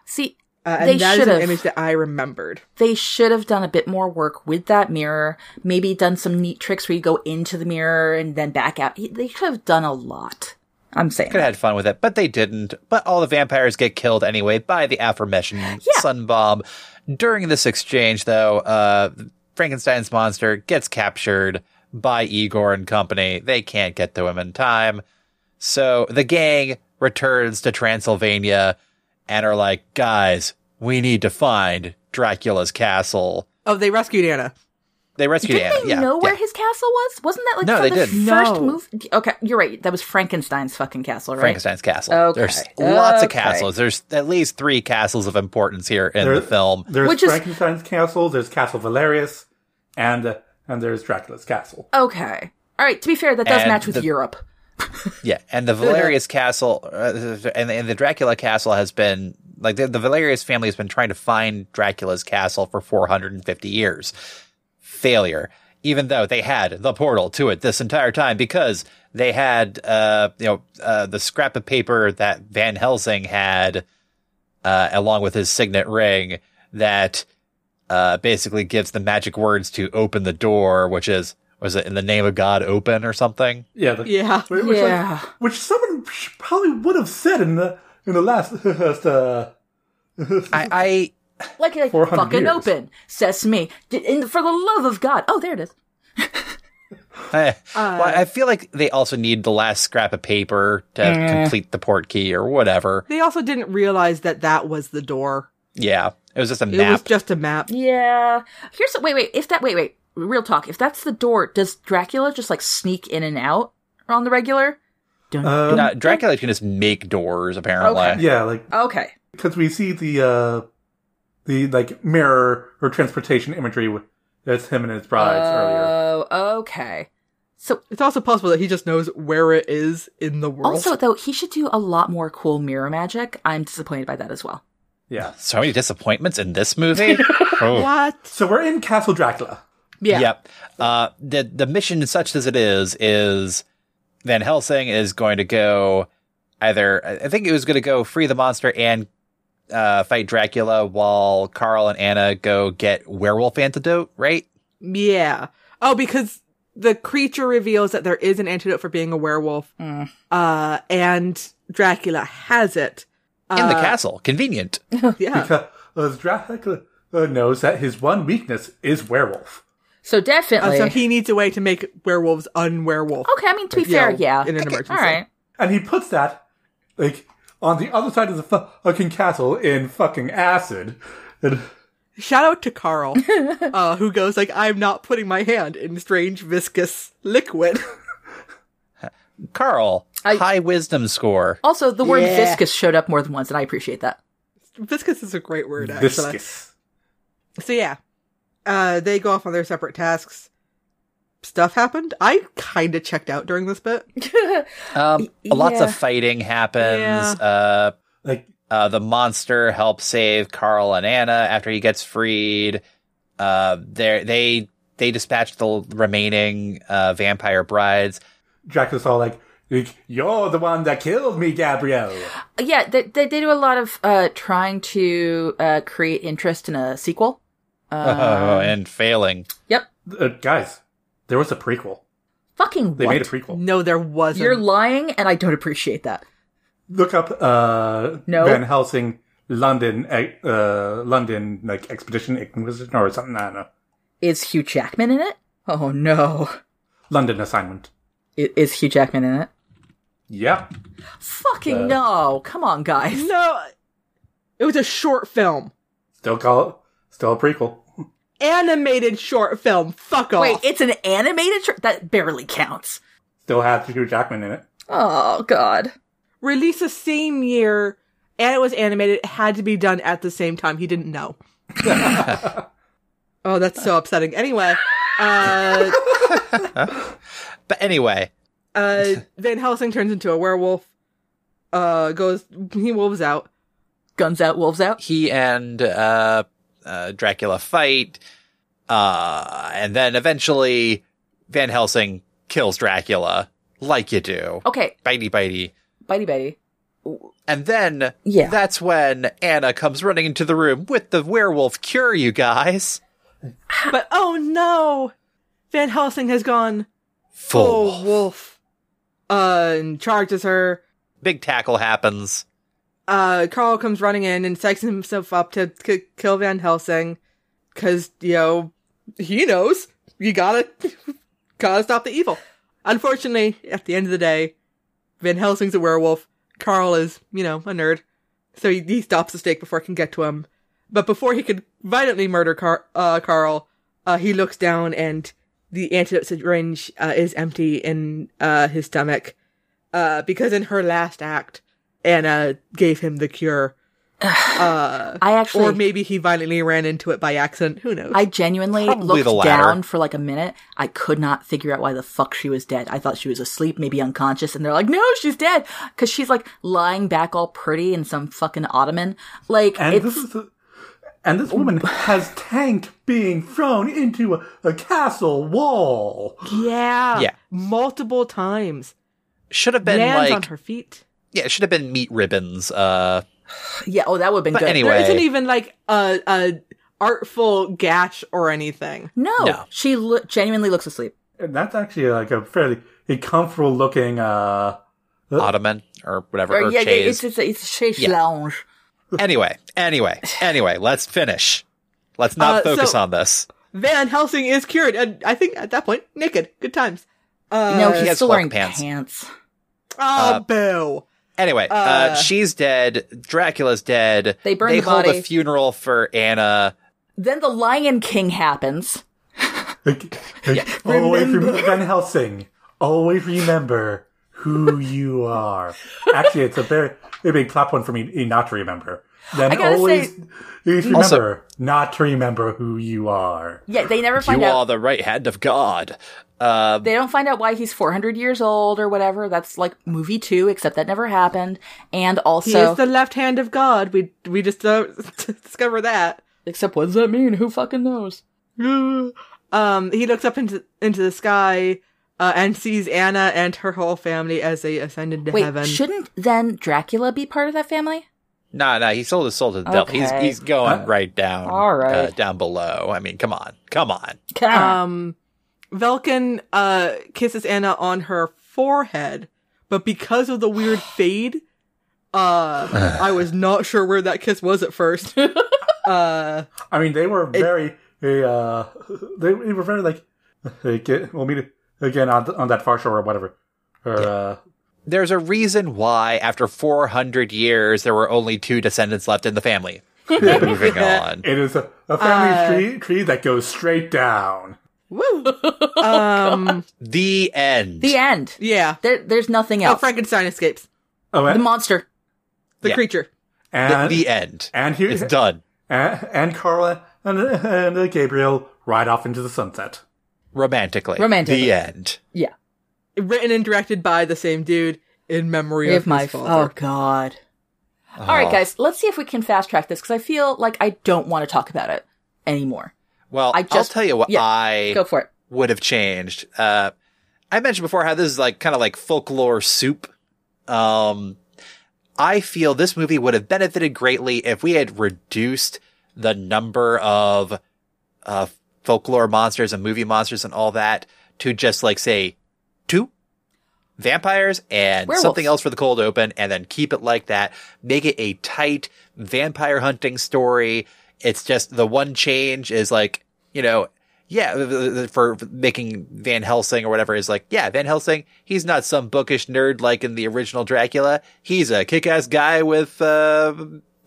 S2: See,
S4: Uh,
S2: They
S4: and that is an
S2: should've.
S4: image that I remembered.
S2: they should have done a bit more work with that mirror. Maybe done some neat tricks where you go into the mirror and then back out. They could have done a lot. I'm saying.
S1: Could have had fun with it, but they didn't. But all the vampires get killed anyway by the aforementioned sun bomb. During this exchange, though, uh, Frankenstein's monster gets captured by Igor and company. They can't get to him in time. So the gang returns to Transylvania and are like, guys, we need to find Dracula's castle.
S4: Oh, they rescued Anna.
S1: They rescued
S2: Didn't
S1: Anna.
S2: they
S1: yeah,
S2: know where
S1: yeah.
S2: his castle was? Wasn't that like
S1: No,
S2: from
S1: they
S2: the
S1: didn't.
S2: first
S4: No.
S2: movie? Okay, you're right. That was Frankenstein's fucking castle, right?
S1: Frankenstein's castle.
S2: Okay.
S1: There's lots of
S2: Okay.
S1: castles. There's at least three castles of importance here in
S5: There-
S1: the film.
S5: There's
S2: Which is-
S5: Frankenstein's castle. There's Castle Valerius, and uh, and there's Dracula's castle.
S2: Okay. All right. To be fair, that does
S1: And
S2: match with
S1: the-
S2: Europe.
S1: Yeah, and the Valerius castle uh, and, and the Dracula castle has been like the, the Valerius family has been trying to find Dracula's castle for 450 years. Failure. even though they had the portal to it this entire time because they had uh, you know uh, the scrap of paper that Van Helsing had uh, along with his signet ring that uh, basically gives the magic words to open the door, which is was it in the name of God open or something?
S5: Yeah. The,
S4: Yeah.
S5: Which, like,
S2: Yeah.
S5: which someone sh- probably would have said in the in the last uh,
S1: I, I
S2: Like, like
S5: 400
S2: fucking
S5: years.
S2: open, sesame. D- in- for the love of God. Oh, there it is.
S1: I, well,
S4: Uh,
S1: I feel like they also need the last scrap of paper to complete the port key or whatever.
S4: They also didn't realize that that was the door.
S1: Yeah, it was just a
S4: It
S1: map.
S4: was just a map.
S2: Yeah. Here's a, wait, wait. If that, wait, wait. Real talk. If that's the door, does Dracula just like sneak in and out on the regular? Dun,
S4: Um,
S5: Uh,
S2: dun,
S1: No, Dracula can just make doors apparently.
S2: Okay.
S5: yeah, like
S2: dun. Okay.
S5: because we see the uh, the like mirror or transportation imagery with that's him and his brides earlier.
S2: Oh, okay. So
S4: It's also possible that he just knows where it is in the world.
S2: also though, he should do a lot more cool mirror magic. I'm disappointed by that as well.
S5: Yeah.
S1: So many disappointments in this movie. Oh.
S4: what?
S5: So we're in Castle Dracula.
S4: Yeah.
S1: Yep. Uh, the the mission, such as it is, is Van Helsing is going to go either. I I think it was going to go free the monster and uh, fight Dracula, while Carl and Anna go get werewolf antidote. Right?
S4: Yeah. Oh, because the creature reveals that there is an antidote for being a werewolf. Uh, and Dracula has it.
S1: In
S4: Uh,
S1: the castle, convenient.
S4: Yeah. Uh,
S5: Because Dracula uh, knows that his one weakness is werewolf.
S2: So
S4: Uh,
S2: definitely.
S4: so he needs a way to make werewolves unwerewolf.
S2: okay. I mean, to be
S4: Yeah,
S2: fair, yeah.
S4: in an
S2: Okay,
S4: emergency.
S2: All right.
S5: And he puts that, like, on the other side of the fu- fucking castle in fucking acid. And,
S4: Shout out to Carl, uh, who goes like, "I'm not putting my hand in strange viscous liquid."
S1: Carl,
S2: I-
S1: high wisdom score.
S2: Also, the word
S4: Yeah.
S2: viscous showed up more than once, and I appreciate that.
S4: viscous is a great word, actually.
S5: viscous.
S4: So yeah, uh, they go off on their separate tasks. Stuff happened. I kind of checked out during this bit.
S1: Um, Lots
S2: yeah.
S1: of fighting happens. Uh,
S5: Like,
S1: Uh, the monster helps save Carl and Anna after he gets freed. Uh, they they they dispatch the remaining uh, vampire brides.
S5: Dracula's all like, like, you're the one that killed me, Gabrielle.
S2: Yeah, they, they, they do a lot of uh, trying to uh, create interest in a sequel. Uh.
S1: Oh, and failing.
S2: Yep.
S5: Uh, guys, there was a prequel.
S2: Fucking
S5: They
S2: what?
S5: made a prequel.
S4: No, there wasn't.
S2: You're lying, and I don't appreciate that.
S5: Look up uh,
S2: No.
S5: Van Helsing London eh, uh, London like expedition inquisition or something. I don't know.
S2: Is Hugh Jackman in it? Oh no.
S5: London assignment.
S2: I- Is Hugh Jackman in it?
S5: Yeah.
S2: Fucking no. Come on, guys.
S4: no, it was a short film,
S5: Still call it still a prequel.
S4: animated short film. Fuck off.
S2: Wait, it's an animated short? That barely counts.
S5: Still had Hugh Jackman in it.
S2: Oh, God.
S4: Released the same year, and it was animated. It had to be done at the same time. He didn't know. oh, that's so upsetting. Anyway, uh,
S1: But anyway,
S4: uh, Van Helsing turns into a werewolf. Uh, goes he wolves out.
S2: Guns out, wolves out.
S1: he and uh, uh, Dracula fight, uh, and then eventually Van Helsing kills Dracula, like you do.
S2: Okay,
S1: Bitey bitey.
S2: bitey bitey.
S1: And then
S2: Yeah.
S1: that's when Anna comes running into the room with the werewolf cure, you guys.
S4: But oh no, Van Helsing has gone full
S2: Oh.
S1: Full.
S4: wolf. Uh, and charges her.
S1: Big tackle happens.
S4: Uh, Carl comes running in and psychs himself up to k- kill Van Helsing, cause you know he knows you gotta gotta stop the evil. Unfortunately, at the end of the day, Van Helsing's a werewolf. Carl is you know a nerd, so he, he stops the stake before it can get to him. But before he could violently murder Car- uh, Carl, uh, he looks down and the antidote syringe uh, is empty in uh, his stomach uh, because in her last act, Anna gave him the cure. Uh,
S2: I actually.
S4: or maybe he violently ran into it by accident. Who knows?
S2: I genuinely
S1: Probably the
S2: looked
S1: latter.
S2: down for like a minute. I could not figure out why the fuck she was dead. I thought she was asleep, maybe unconscious, and they're like, "No, she's dead," because she's like lying back all pretty in some fucking ottoman. Like
S5: And
S2: it's
S5: this is the, And this woman has tanked being thrown into a, a castle wall.
S4: Yeah.
S1: Yeah.
S4: Multiple times.
S1: Should have been
S4: Lands on
S1: like
S4: her feet.
S1: yeah, it should have been meat ribbons. Uh,
S2: Yeah, oh, that would have been
S1: but
S2: good.
S1: anyway,
S4: There isn't even like a, a artful gash or anything.
S2: no,
S1: No.
S2: she lo- genuinely looks asleep.
S5: And that's actually like a fairly a comfortable looking uh
S1: ottoman or whatever.
S2: Oh. Or,
S1: Or
S2: yeah, yeah,
S1: chaise.
S2: it's, it's, a- it's a chaise
S1: Yeah.
S2: lounge.
S1: anyway, anyway, anyway, let's finish. Let's not
S4: Uh, so-
S1: focus on this.
S4: Van Helsing is cured, and I think at that point, naked. Good times. Uh,
S2: no,
S1: he
S2: he's
S1: has
S2: still
S1: black
S2: wearing
S1: pants.
S2: pants.
S1: Uh,
S4: Ah, boo.
S1: Anyway, uh,
S4: Uh,
S1: she's dead. Dracula's dead.
S2: They burn
S1: They
S2: the
S1: hold a
S2: body.
S1: funeral for Anna.
S2: Then the Lion King happens.
S5: always remember Van Helsing. Always remember who you are. Actually it's a very, very big plot point for me eh, not to remember. Then
S2: I gotta
S5: always,
S2: say-
S5: always remember
S1: Also-
S5: not to remember who you are.
S2: Yeah, they never find
S1: you
S2: out.
S1: are the right hand of God. Uh,
S2: They don't find out why he's 400 years old or whatever. That's like movie two, except that never happened. And
S4: He
S2: also,
S4: is the left hand of God. We we just uh, discover that.
S2: except what does that mean? Who fucking knows?
S4: Um, he looks up into into the sky uh, and sees Anna and her whole family as they ascend into
S2: Wait,
S4: heaven.
S2: shouldn't then Dracula be part of that family?
S1: nah, nah, he sold his soul to the devil. He's
S2: Okay.
S1: he's going
S5: Huh?
S1: right down,
S2: All right.
S1: uh, down below. I mean, come on, come on.
S2: Uh,
S4: um, Velkin uh, kisses Anna on her forehead, but because of the weird fade, uh, I was not sure where that kiss was at first.
S2: Oh,
S4: uh,
S5: I mean, they were very, uh, they, they were very like, hey, get, we'll meet again on, on that far shore or whatever. Or, uh,
S1: There's a reason why after 400 years there were only two descendants left in the family. Moving on.
S5: it is a, a family
S2: Uh,
S5: tree, tree that goes straight down.
S4: woo. Um,
S1: The end.
S2: The end.
S4: yeah.
S2: There, there's nothing
S4: Oh,
S2: else.
S4: Frankenstein escapes
S5: Oh,
S2: the
S5: and,
S2: monster.
S4: the
S1: Yeah.
S4: creature.
S1: The,
S5: and,
S1: the end.
S5: and here,
S1: It's done.
S5: and, and Carl and, and uh, Gabriel ride off into the sunset.
S1: Romantically.
S2: Romantically.
S1: The end.
S2: Yeah.
S4: written and directed by the same dude in memory
S2: If
S4: of
S2: my
S4: my
S2: oh
S4: father.
S2: god. All
S1: Oh. Uh-huh.
S2: right, guys. Let's see if we can fast track this because I feel like I don't want to talk about it anymore.
S1: Well, I
S2: I
S1: will
S2: just-
S1: tell you what
S2: yeah,
S1: I
S2: Go for it.
S1: would have changed. Uh, I mentioned before how this is like kind of like folklore soup. Um, I feel this movie would have benefited greatly if we had reduced the number of uh, folklore monsters and movie monsters and all that to just like say two vampires and
S2: Werewolves.
S1: something else for the cold open and then keep it like that. Make it a tight vampire hunting story. It's just the one change is like, you know, yeah, th- th- th- for making Van Helsing or whatever is like, yeah, Van Helsing, he's not some bookish nerd like in the original Dracula. He's a kick ass guy with, uh,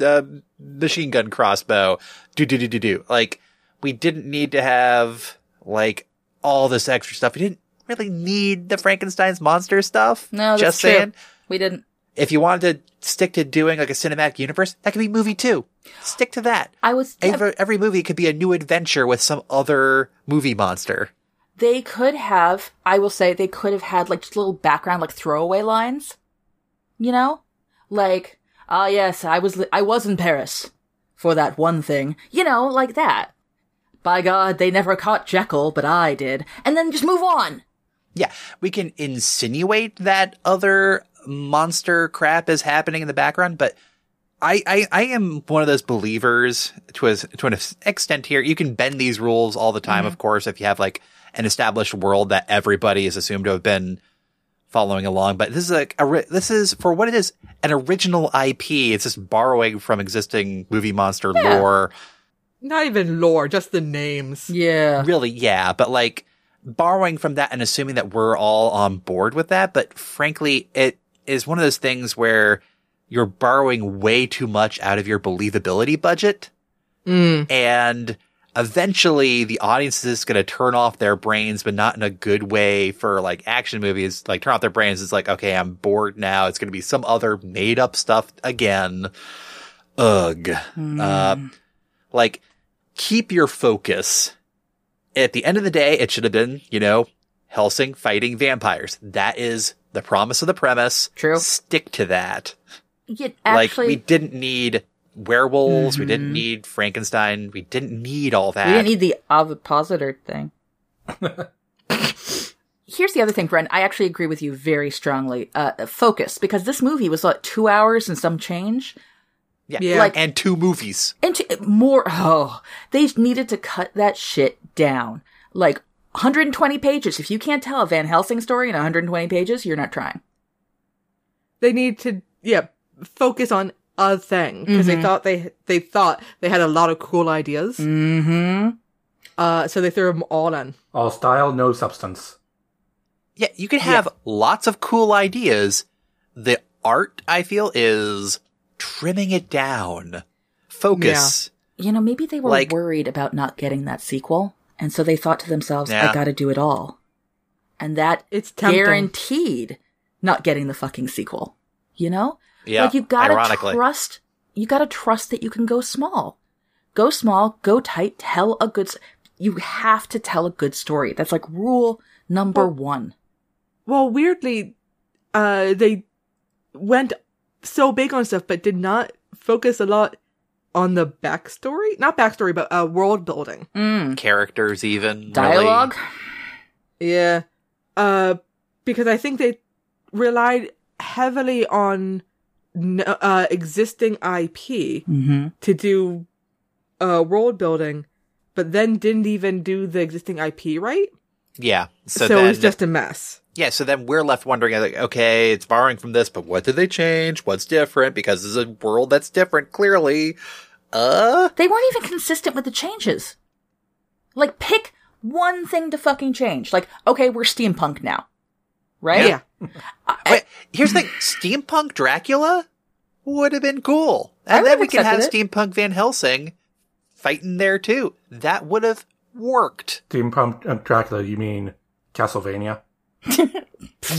S1: uh, machine gun crossbow. Do, do, do, do, do. Like, we didn't need to have, like, all this extra stuff. We didn't really need the Frankenstein's monster stuff.
S2: No, that's
S1: just
S2: true.
S1: saying.
S2: We didn't.
S1: If you wanted to stick to doing like a cinematic universe, that could be movie two. Stick to that.
S2: I was.
S1: Every, every movie could be a new adventure with some other movie monster.
S2: They could have. I will say they could have had like just little background, like throwaway lines. You know, like ah yes, I was li- I was in Paris for that one thing. You know, like that. By God, they never caught Jekyll, but I did. And then just move on.
S1: Yeah, we can insinuate that other monster crap is happening in the background, but I, I, I am one of those believers to a, to an extent here. You can bend these rules all the time, of course, if you have like an established world that everybody is assumed to have been following along. But this is like a, ri- this is for what it is, an original IP. It's just borrowing from existing movie monster lore.
S4: Not even lore, just the names.
S2: Yeah.
S1: Really, yeah, but like borrowing from that and assuming that we're all on board with that. But frankly, it is one of those things where you're borrowing way too much out of your believability budget.
S4: Mm,
S1: And eventually the audience is going to turn off their brains, but not in a good way for like action movies. Like turn off their brains. It's like, okay, I'm bored now. It's going to be some other made up stuff again. Ugh.
S2: Hmm.
S1: Uh, like keep your focus at the end of the day, it should have been, you know, Helsing fighting vampires. That is the promise of the premise.
S2: True.
S1: Stick to that.
S2: Yeah,
S1: like,
S2: actually,
S1: we didn't need werewolves. We didn't need Frankenstein. We didn't need all that.
S2: We didn't need the ovipositor thing. Here's the other thing, Brent. I actually agree with you very strongly. Uh, focus, because this movie was like two hours and some change.
S1: yeah.
S4: Yeah.
S2: Like-
S1: and two movies.
S2: And to, more, oh, they needed to cut that shit down. Like 120 pages. If you can't tell a Van Helsing story in 120 pages, you're not trying.
S4: They need to, yeah, focus on a thing because they thought they they thought they had a lot of cool ideas. Mm-hmm. Uh, so they threw them all in.
S5: All style, no substance.
S1: Yeah, you can have lots of cool ideas. The art, I feel, is trimming it down. Focus.
S2: You know, maybe they were
S1: Like-
S2: worried about not getting that sequel. And so they thought to themselves,
S1: Yeah.
S2: I gotta do it all. And that
S4: It's tempting.
S2: guaranteed not getting the fucking sequel. You know?
S1: Yeah,
S2: Like you gotta
S1: ironically.
S2: trust, you gotta trust that you can go small. Go small, go tight, tell a good, s- you have to tell a good story. That's like rule number one.
S4: Well, weirdly, uh, they went so big on stuff, but did not focus a lot on the backstory. Not backstory, but uh, world building.
S1: Characters, even.
S2: Dialogue?
S4: Yeah. Uh, because I think they relied heavily on n- uh, existing IP
S2: Mm-hmm.
S4: to do uh, world building, but then didn't even do the existing IP right.
S1: Really. Yeah. So,
S4: So,
S1: then,
S4: it was just a mess.
S1: yeah, so then we're left wondering, like, okay, it's borrowing from this, but what did they change? What's different? Because it's a world that's different, clearly. Uh,
S2: They weren't even consistent with the changes. Like, pick one thing to fucking change. Like, okay, we're steampunk now. Right?
S4: Yeah.
S1: wait, here's the thing. Steampunk Dracula would have been cool.
S2: I
S1: And
S2: would
S1: then
S2: have
S1: we can have
S2: accepted
S1: Steampunk Van Helsing fighting there too. That would have worked.
S5: Steampunk um, Dracula, you mean Castlevania?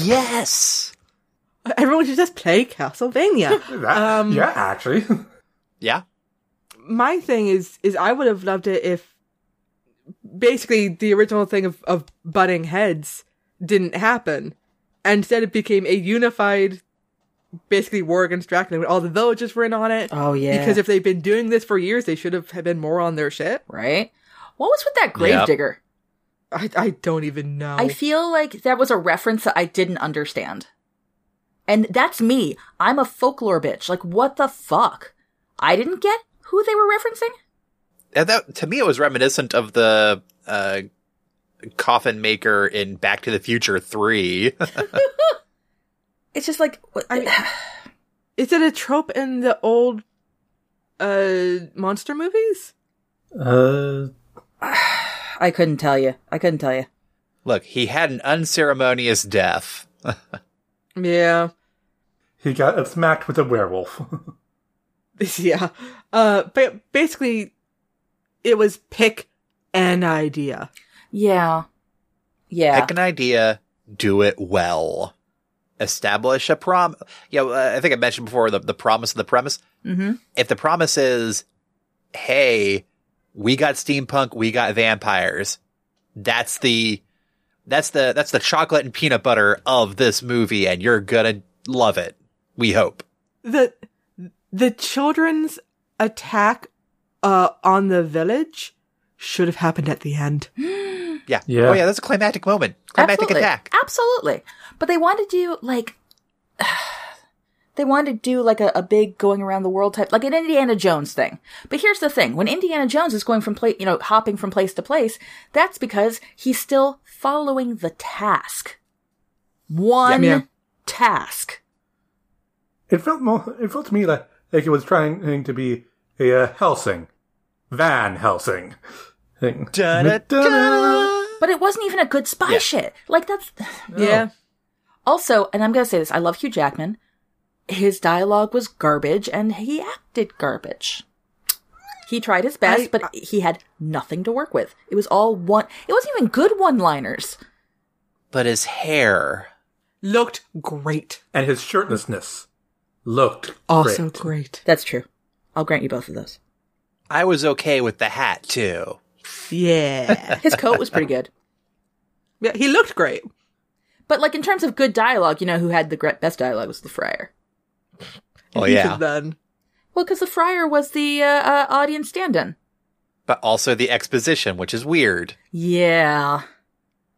S1: Yes.
S4: Everyone should just play Castlevania.
S5: That,
S4: Um,
S5: yeah, actually.
S1: Yeah.
S4: my thing is is I would have loved it if basically the original thing of, of butting heads didn't happen. Instead it became a unified basically war against Dracula when all the villages were in on it.
S2: Oh, yeah.
S4: Because if they've been doing this for years they should have have been more on their shit.
S2: right? What was with that gravedigger?
S4: I I don't even know.
S2: I feel like that was a reference that I didn't understand. And that's me. I'm a folklore bitch. Like, what the fuck? I didn't get who they were referencing?
S1: And that to me it was reminiscent of the uh coffin maker in Back to the Future 3.
S2: It's just like, what-
S4: is it a trope in the old uh monster movies?
S5: Uh,
S2: I couldn't tell you. I couldn't tell you.
S1: Look, he had an unceremonious death.
S4: Yeah.
S5: he got smacked with a werewolf.
S4: yeah. Uh, but basically, it was pick an idea.
S2: Yeah. Yeah.
S1: Pick an idea, do it well. Establish a prom. Yeah, uh, I think I mentioned before the, the promise of the premise.
S2: mm-hmm.
S1: If the promise is, hey, we got steampunk, we got vampires. That's the, that's the, that's the chocolate and peanut butter of this movie, and you're gonna love it. We hope.
S4: The the children's attack uh, on the village should have happened at the end. Oh.
S1: Yeah.
S5: Yeah.
S1: Oh yeah, that's a climactic moment. Climactic
S2: Absolutely.
S1: attack.
S2: Absolutely. But they wanted to do like they wanted to do like a, a big going around the world type like an Indiana Jones thing. But here's the thing. When Indiana Jones is going from place you know, hopping from place to place, that's because he's still following the task. One
S4: Yeah.
S2: task.
S5: It felt more. It felt to me like like it was trying to be a uh, Helsing, Van Helsing thing. Da-da-da.
S2: But it wasn't even a good spy
S1: Yeah.
S2: shit. Like that's
S4: Yeah.
S2: also, and I'm gonna say this, I love Hugh Jackman. His dialogue was garbage and he acted garbage. He tried his best,
S4: I-
S2: but he had nothing to work with. It was all one it wasn't even good one liners.
S1: But his hair.
S4: Looked great.
S5: And his shirtlessness looked
S4: Also
S5: great.
S4: great.
S2: That's true. I'll grant you both of those.
S1: I was okay with the hat too.
S4: Yeah.
S2: His coat was pretty good.
S4: yeah. He looked great.
S2: But like in terms of good dialogue, you know who had the gre- best dialogue was the friar.
S1: Oh
S4: Even
S1: yeah.
S4: Then
S2: Well, because the friar was the uh, uh, audience stand-in.
S1: but also the exposition, which is weird.
S2: Yeah,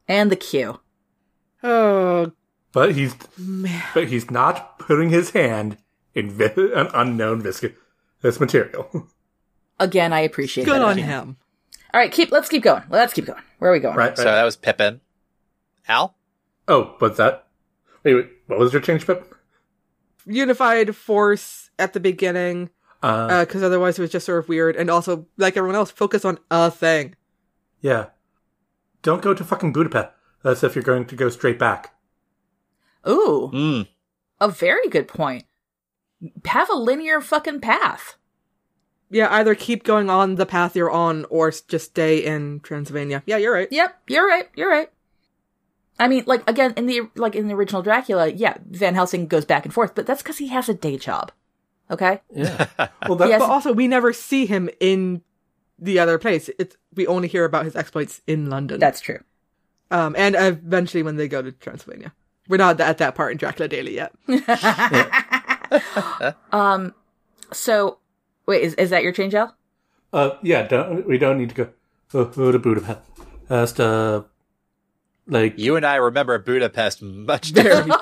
S2: and the queue.
S4: Oh,
S5: But he's but he's not putting his hand in vi- an unknown viscous material.
S2: Again, I appreciate
S4: good
S2: that.
S4: on him.
S2: All right, keep. Let's keep going. Let's keep going. Where are we going?
S5: right.
S1: So
S5: right.
S1: that was Pippin. Al?
S5: Oh, but that. Wait, wait. What was your change, Pip?
S4: Unified force at the beginning,
S5: Uh,
S4: because otherwise it was just sort of weird. And also, like everyone else, focus on a thing.
S5: yeah. Don't go to fucking Budapest. That's if you're going to go straight back.
S2: Ooh,
S1: Mm.
S2: a very good point. Have a linear fucking path.
S4: Yeah, either keep going on the path you're on or s- just stay in Transylvania. Yeah, you're right.
S2: Yep, you're right. You're right. I mean, like again in the like in the original Dracula, yeah, Van Helsing goes back and forth, but that's because he has a day job. Okay,
S5: Well, that,
S2: Yes.
S4: But also, we never see him in the other place. It's we only hear about his exploits in London.
S2: that's true.
S4: um, and eventually when they go to Transylvania. We're not at that part in Dracula Daily yet.
S2: Um, so wait, is is that your change, Al?
S5: uh, yeah. Don't we don't need to go, go, go to Budapest. Just uh, like
S1: You and I remember Budapest much different.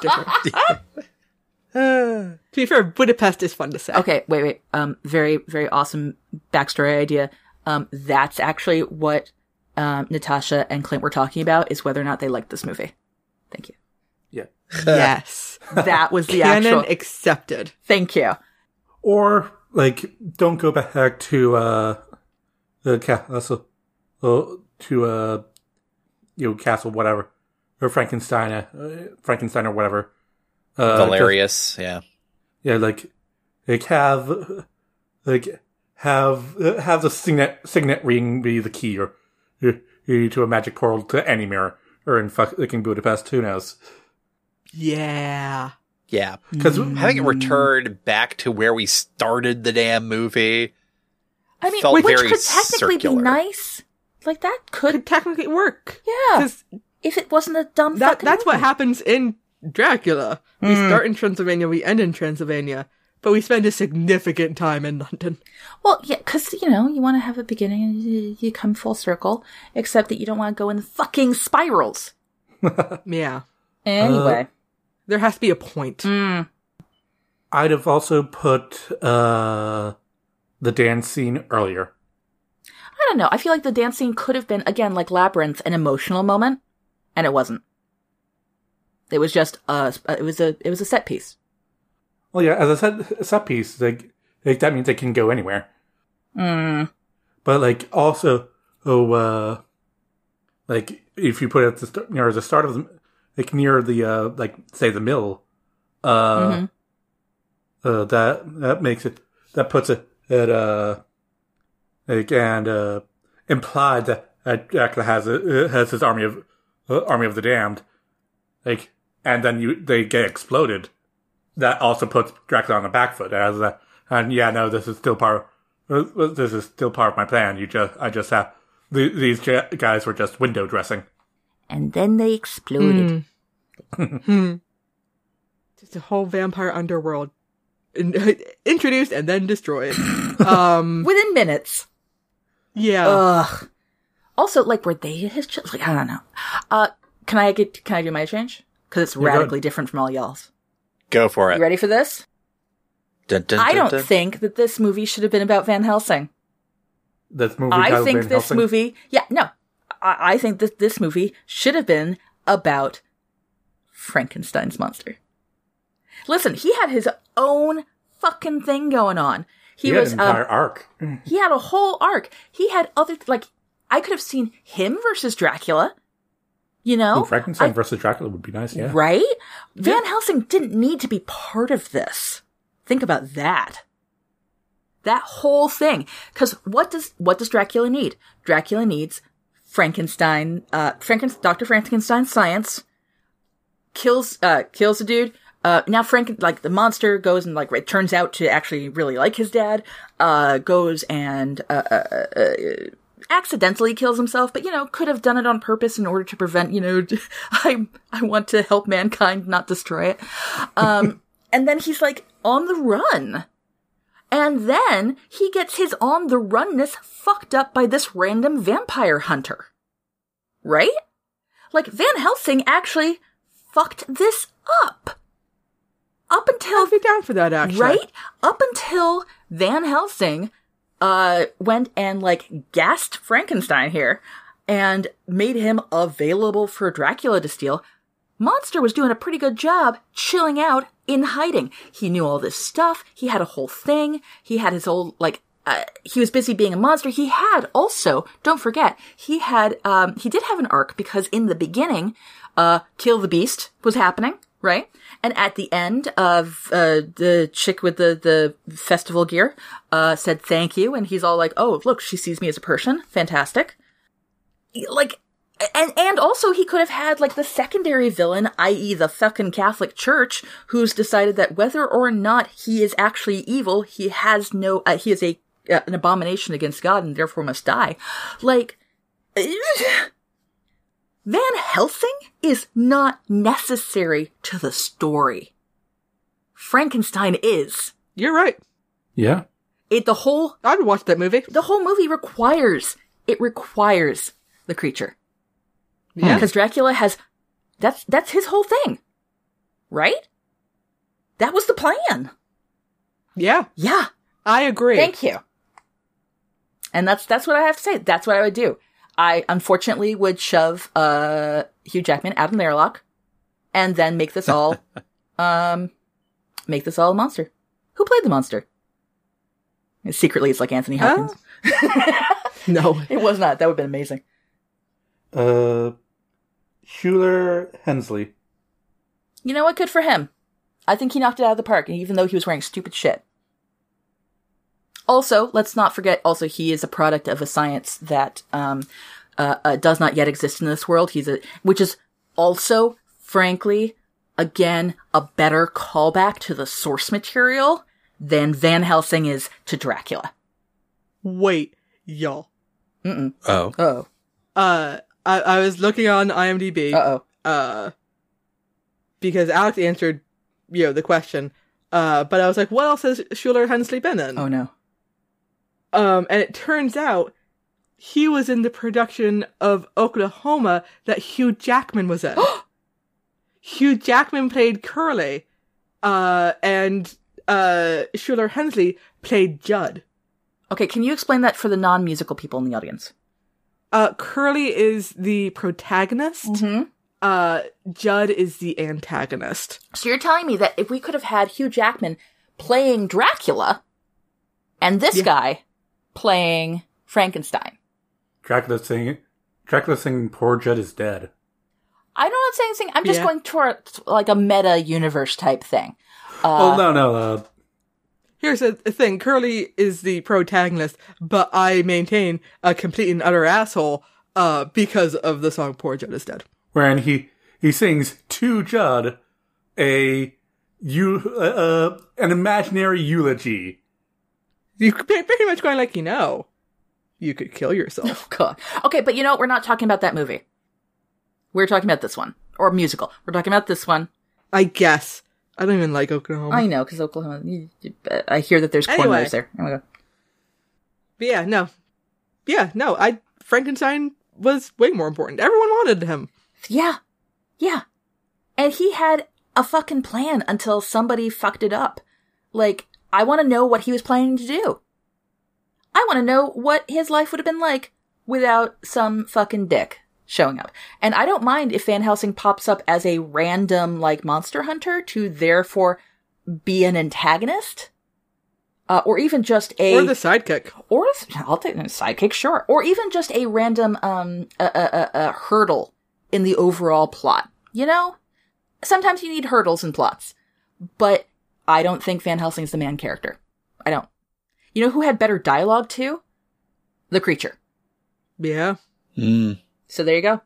S4: To be fair, Budapest is fun to say.
S2: Okay, wait, wait. Um, very very awesome backstory idea. Um, that's actually what um Natasha and Clint were talking about is whether or not they liked this movie. Thank you.
S5: yeah.
S4: Yes.
S2: That was the
S4: Canon
S2: actual.
S4: accepted.
S2: Thank you.
S5: Or like don't go back to uh, the castle, uh, to uh, you know, castle whatever, or Frankenstein, uh, Frankenstein or whatever. Uh, just-
S1: Valerius, yeah.
S5: yeah, like like have like have uh, have the signet signet ring be the key or, uh, to a magic portal to any mirror or in fuck- fucking Budapest. Who knows?
S4: Yeah.
S1: Yeah.
S5: Because
S1: Having it
S2: Mm.
S1: returned back to where we started the damn movie.
S2: I mean,
S1: Felt
S2: which
S1: very
S2: could technically
S1: circular.
S2: be nice. Like that could,
S4: Could technically work.
S2: yeah.
S4: 'Cause
S2: If it wasn't a dumb
S4: that,
S2: fucking
S4: that's what
S2: movie.
S4: happens in Dracula. We
S2: Mm.
S4: start in Transylvania, we end in Transylvania, but we spend a significant time in London.
S2: Well, yeah, because you know you want to have a beginning and you, you come full circle. Except that you don't want to go in the fucking spirals.
S4: Yeah.
S2: Anyway,
S4: There has to be a point.
S2: Mm.
S5: I'd have also put uh, the dance scene earlier.
S2: I don't know. I feel like the dance scene could have been again like labyrinth, an emotional moment, and it wasn't. It was just a. It was a. It was a set piece.
S5: Well, yeah, as I said, set piece like like that means they can go anywhere.
S4: Hmm.
S2: Mm.
S5: But like also, oh, uh, like if you put it at the start, near the start of the, like near the uh, like say the mill, uh,
S2: Mhm.
S5: uh, that that makes it that puts it at uh, like and uh, implied that that Dracula has a, has his army of uh, army of the damned, like and then you they get exploded. That also puts Dracula on the back foot as a, and yeah, no, this is still part. Of, this is still part of my plan. You just, I just have the- these ja- guys were just window dressing.
S2: And then they exploded.
S4: Hmm. Just a whole vampire underworld In- introduced and then destroyed. um,
S2: within minutes.
S4: yeah.
S5: Oh.
S2: Ugh. Also, like, were they his children? Like, I don't know. Uh, can I get? Can I do my change? Because it's
S5: go ahead.
S2: radically different from all y'all's.
S1: Go for it.
S2: You ready for this?
S1: Dun, dun,
S2: I
S1: dun,
S2: don't
S1: dun.
S2: think that this movie should have been about Van Helsing.
S5: This movie
S2: I
S5: titled
S2: think
S5: Van
S2: this
S5: Helsing.
S2: movie, yeah, no, I, I think that this movie should have been about Frankenstein's monster. Listen, he had his own fucking thing going on. He,
S5: He had
S2: was
S5: an
S2: um,
S5: entire arc.
S2: he had a whole arc. He had other like I could have seen him versus Dracula. You know,
S5: Ooh, Frankenstein
S2: oh, I-
S5: versus Dracula would be nice, yeah.
S2: right? Van Helsing didn't need to be part of this. Think about that. That whole thing. Because what does what does Dracula need? Dracula needs Frankenstein, uh, Franken- Doctor Frankenstein's science kills uh kills a dude. Uh, now Frank, like the monster, goes and like it turns out to actually really like his dad. Uh, goes and uh, uh, uh, uh, accidentally kills himself, but you know could have done it on purpose in order to prevent. You know, I I want to help mankind, not destroy it. Um, and then he's like on the run, And then he gets his on the runness fucked up by this random vampire hunter. Right? Like, Van Helsing actually fucked this up. Up until
S4: I'll be down for that, actually.
S2: Right? Up until Van Helsing uh went and like gassed Frankenstein here and made him available for Dracula to steal, Monster was doing a pretty good job chilling out in hiding. He knew all this stuff. He had a whole thing. He had his old like uh, he was busy being a monster. He had also, don't forget, he had um he did have an arc because in the beginning, uh Kill the Beast was happening, right? And at the end of uh the chick with the the festival gear uh said thank you and he's all like, "Oh, look, she sees me as a person. Fantastic." Like and and also he could have had like the secondary villain, i.e. the fucking Catholic Church, who's decided that whether or not he is actually evil, he has no uh, he is a uh, an abomination against God and therefore must die. Like Van Helsing is not necessary to the story. Frankenstein is.
S4: You're right.
S5: Yeah.
S2: It the whole
S4: I'd watch that movie.
S2: the whole movie requires it requires the creature.
S4: Yeah.
S2: Because Dracula has that's that's his whole thing. Right? That was the plan.
S4: Yeah.
S2: Yeah.
S4: I agree.
S2: Thank you. And that's that's what I have to say. That's what I would do. I unfortunately would shove uh Hugh Jackman out of an airlock and then make this all um make this all a monster. Who played the monster? Secretly it's like Anthony Hopkins.
S4: No.
S2: It was not. That would have been amazing.
S5: Uh, Schuler Hensley.
S2: You know what? Good for him. I think he knocked it out of the park, even though he was wearing stupid shit. Also, let's not forget. Also, he is a product of a science that um, uh, uh, does not yet exist in this world. He's a, which is also, frankly, again, a better callback to the source material than Van Helsing is to Dracula.
S4: Wait, y'all.
S1: Oh.
S2: Oh,
S4: Uh, I, I was looking on IMDb.
S2: uh oh.
S4: uh because Alex answered you know the question. Uh but I was like, what else has Schuler Hensley been in?
S2: Oh no.
S4: Um and it turns out he was in the production of Oklahoma that Hugh Jackman was in. Hugh Jackman played Curly, uh and uh Schuler Hensley played Judd.
S2: Okay, can you explain that for the non-musical people in the audience?
S4: Uh Curly is the protagonist.
S2: Mhm.
S4: Uh Judd is the antagonist.
S2: So you're telling me that if we could have had Hugh Jackman playing Dracula and this guy playing Frankenstein.
S5: Dracula singing. Dracula singing "Poor Judd is dead."
S2: I don't know what I'm saying. I'm just
S4: Yeah.
S2: going toward like a meta universe type thing.
S5: oh no no uh,
S4: Here's the the thing. Curly is the protagonist, but I maintain a complete and utter asshole uh, because of the song Poor Judd is Dead.
S5: wherein he he sings to Judd a you uh, uh, an imaginary eulogy.
S4: You could be pretty much going like, you know, you could kill yourself.
S2: God. Okay, but you know what? We're not talking about that movie. We're talking about this one or musical. We're talking about this one.
S4: I guess. I don't even like Oklahoma.
S2: I know because Oklahoma. I hear that there's corn
S4: Mm-hmm. Anyway.
S2: knives there. Oh my god.
S4: But yeah, no. Yeah, no. I Frankenstein was way more important. Everyone wanted him.
S2: Yeah. Yeah. And he had a fucking plan until somebody fucked it up. Like, I want to know what he was planning to do. I want to know what his life would have been like without some fucking dick showing up. And I don't mind if Van Helsing pops up as a random, like, monster hunter to therefore be an antagonist. Uh, or even just a
S4: Or the sidekick.
S2: or if, I'll take sidekick, sure, or even just a random um a, a, a, a hurdle in the overall plot. You know, sometimes you need hurdles in plots, but I don't think Van Helsing's the man character. I don't. You know who had better dialogue too? The creature.
S4: Yeah.
S1: Mm.
S2: So there you go.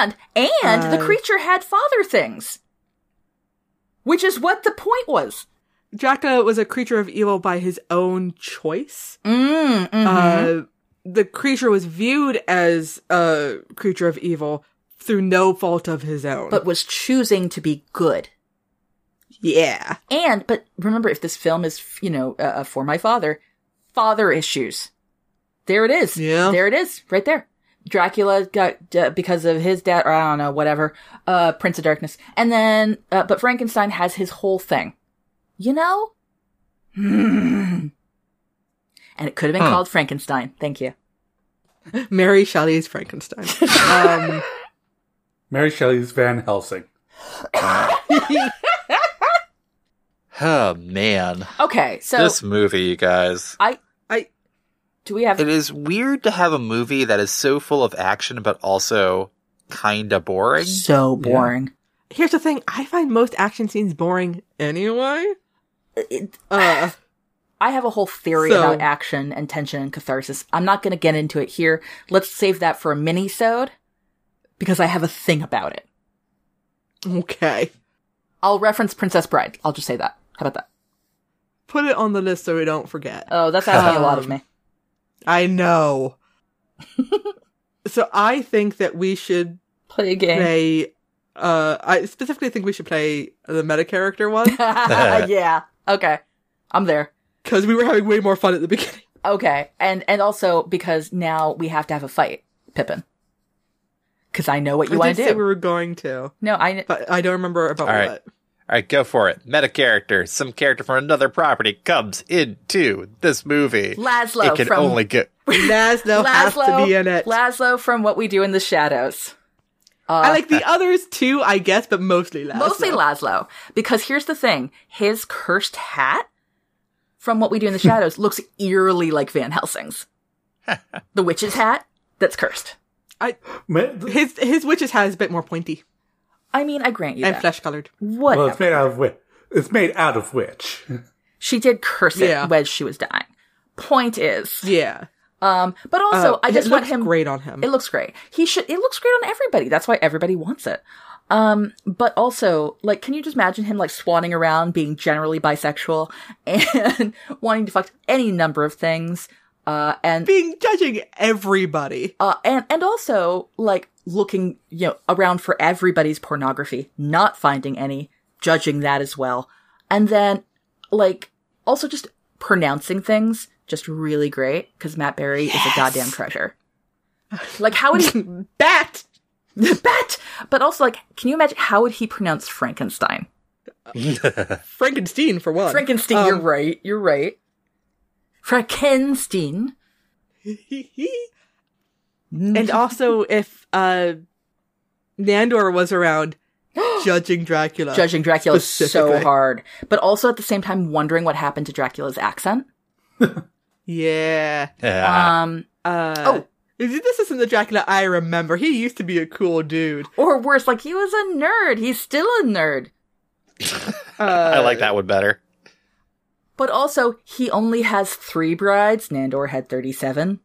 S2: And and the
S4: Uh,
S2: creature had father things, which is what the point was.
S4: Dracula was a creature of evil by his own choice.
S2: Mm, mhm.
S4: Uh, the creature was viewed as a creature of evil through no fault of his own.
S2: but was choosing to be good.
S4: Yeah.
S2: And, but remember, if this film is, you know, uh, for my father, father issues. There it is.
S4: Yeah.
S2: There it is, right there. Dracula got, uh, because of his dad, or I don't know, whatever, uh, Prince of Darkness. And then, uh, but Frankenstein has his whole thing. You know? Hmm. and it could have been
S1: Hmm.
S2: called Frankenstein. Thank you.
S4: Mary Shelley's Frankenstein. um,
S5: Mary Shelley's Van Helsing.
S1: Oh man,
S2: Okay, so
S1: this movie, you guys.
S2: do we have
S1: It is weird to have a movie that is so full of action, but also kind of boring.
S2: so boring?
S4: here's the thing. I find most action scenes boring anyway.
S2: It-
S4: Uh,
S2: I have a whole theory
S4: So-
S2: about action and tension and catharsis. I'm not going to get into it here. Let's save that for a mini-sode because I have a thing about it.
S4: okay.
S2: I'll reference Princess Bride. I'll just say that. How about that?
S4: Put it on the list so we don't forget.
S2: Oh, that's asking a lot of
S4: Um,
S2: me.
S4: I know. so I think that we should
S2: Play a game.
S4: play. Uh, I specifically think we should play the meta character one
S2: yeah. Okay. I'm there.
S4: because we were having way more fun at the beginning.
S2: Okay. And and also because now we have to have a fight, Pippin. Cuz I know what you
S4: I
S2: want
S4: did
S2: to
S4: say
S2: do.
S4: we were going to,
S2: no, I
S4: but I don't remember about
S1: All right.
S4: what.
S1: All right, go for it. Meta character. Some character from another property comes into this movie.
S2: Laszlo
S1: it can
S2: from
S1: only get.
S4: Laszlo, has to be in it.
S2: Laszlo from What We Do in the Shadows.
S4: I like the others too, I guess, but mostly Laszlo.
S2: Mostly Laszlo. Because here's the thing his cursed hat from What We Do in the Shadows looks eerily like Van Helsing's. the witch's hat that's cursed.
S4: I,
S5: Ma-
S4: his his witch's hat is a bit more pointy
S2: I mean, I grant you
S4: and
S2: that.
S4: flesh colored.
S2: Whatever.
S5: Well, it's made out of which. It's made out of which.
S2: she did curse it
S4: Yeah.
S2: when she was dying. Point is,
S4: Yeah.
S2: um, but also
S4: Uh,
S2: I
S4: it
S2: just want
S4: looks
S2: him.
S4: great on him.
S2: It looks great. He should. It looks great on everybody. That's why everybody wants it. Um, but also, like, can you just imagine him like swanning around, being generally bisexual and wanting to fuck any number of things? Uh, and
S4: being judging everybody.
S2: uh, and and also like looking you know around for everybody's pornography, not finding any, judging that as well, and then like also just pronouncing things just really great because Matt Berry is a goddamn treasure. Like how would he
S4: Bat.
S2: bet? But also like, can you imagine how would he pronounce Frankenstein?
S4: Frankenstein for one.
S2: Frankenstein.
S4: Um,
S2: you're right. You're right. Frankenstein.
S4: and also, if uh, Nandor was around, judging Dracula,
S2: judging Dracula so
S4: uh, Specifically.
S2: hard, but also at the same time wondering what happened to Dracula's accent.
S4: Yeah.
S1: Yeah.
S2: Um,
S4: Uh, oh. This isn't the Dracula I remember. He used to be a cool dude.
S2: Or worse, like he was a nerd. He's still a nerd.
S4: Uh,
S1: I like that one better.
S2: But also, he only has three brides. Nandor had 37.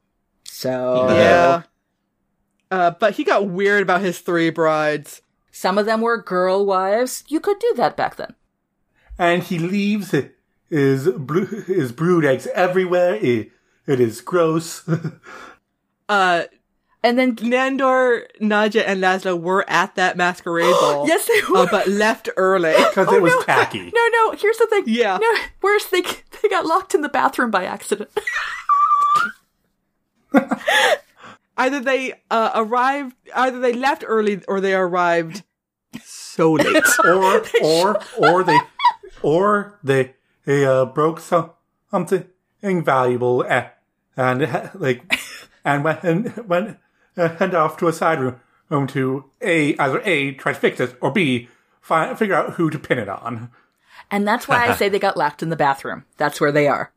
S2: So,
S4: Yeah. Uh, but he got weird about his three brides.
S2: some of them were girl wives. You could do that back then.
S5: and he leaves hi- his blue, his brood eggs everywhere. It, it is gross.
S4: Uh,
S2: And then,
S4: Nandor, Naja, and Laszlo were at that masquerade ball.
S2: yes, they were.
S4: uh, but left early.
S5: Because it was tacky.
S2: no, no, here's the thing.
S4: Yeah.
S2: No, worse, they, they got locked in the bathroom by accident.
S4: either they uh, arrived, either they left early, or they arrived so late.
S5: Or or or they or they they uh, broke some something valuable and and ha- like and went and went uh, head off to a side room room to a either a try to fix it or b find, figure out who to pin it on.
S2: And that's why I say they got locked in the bathroom. That's where they are.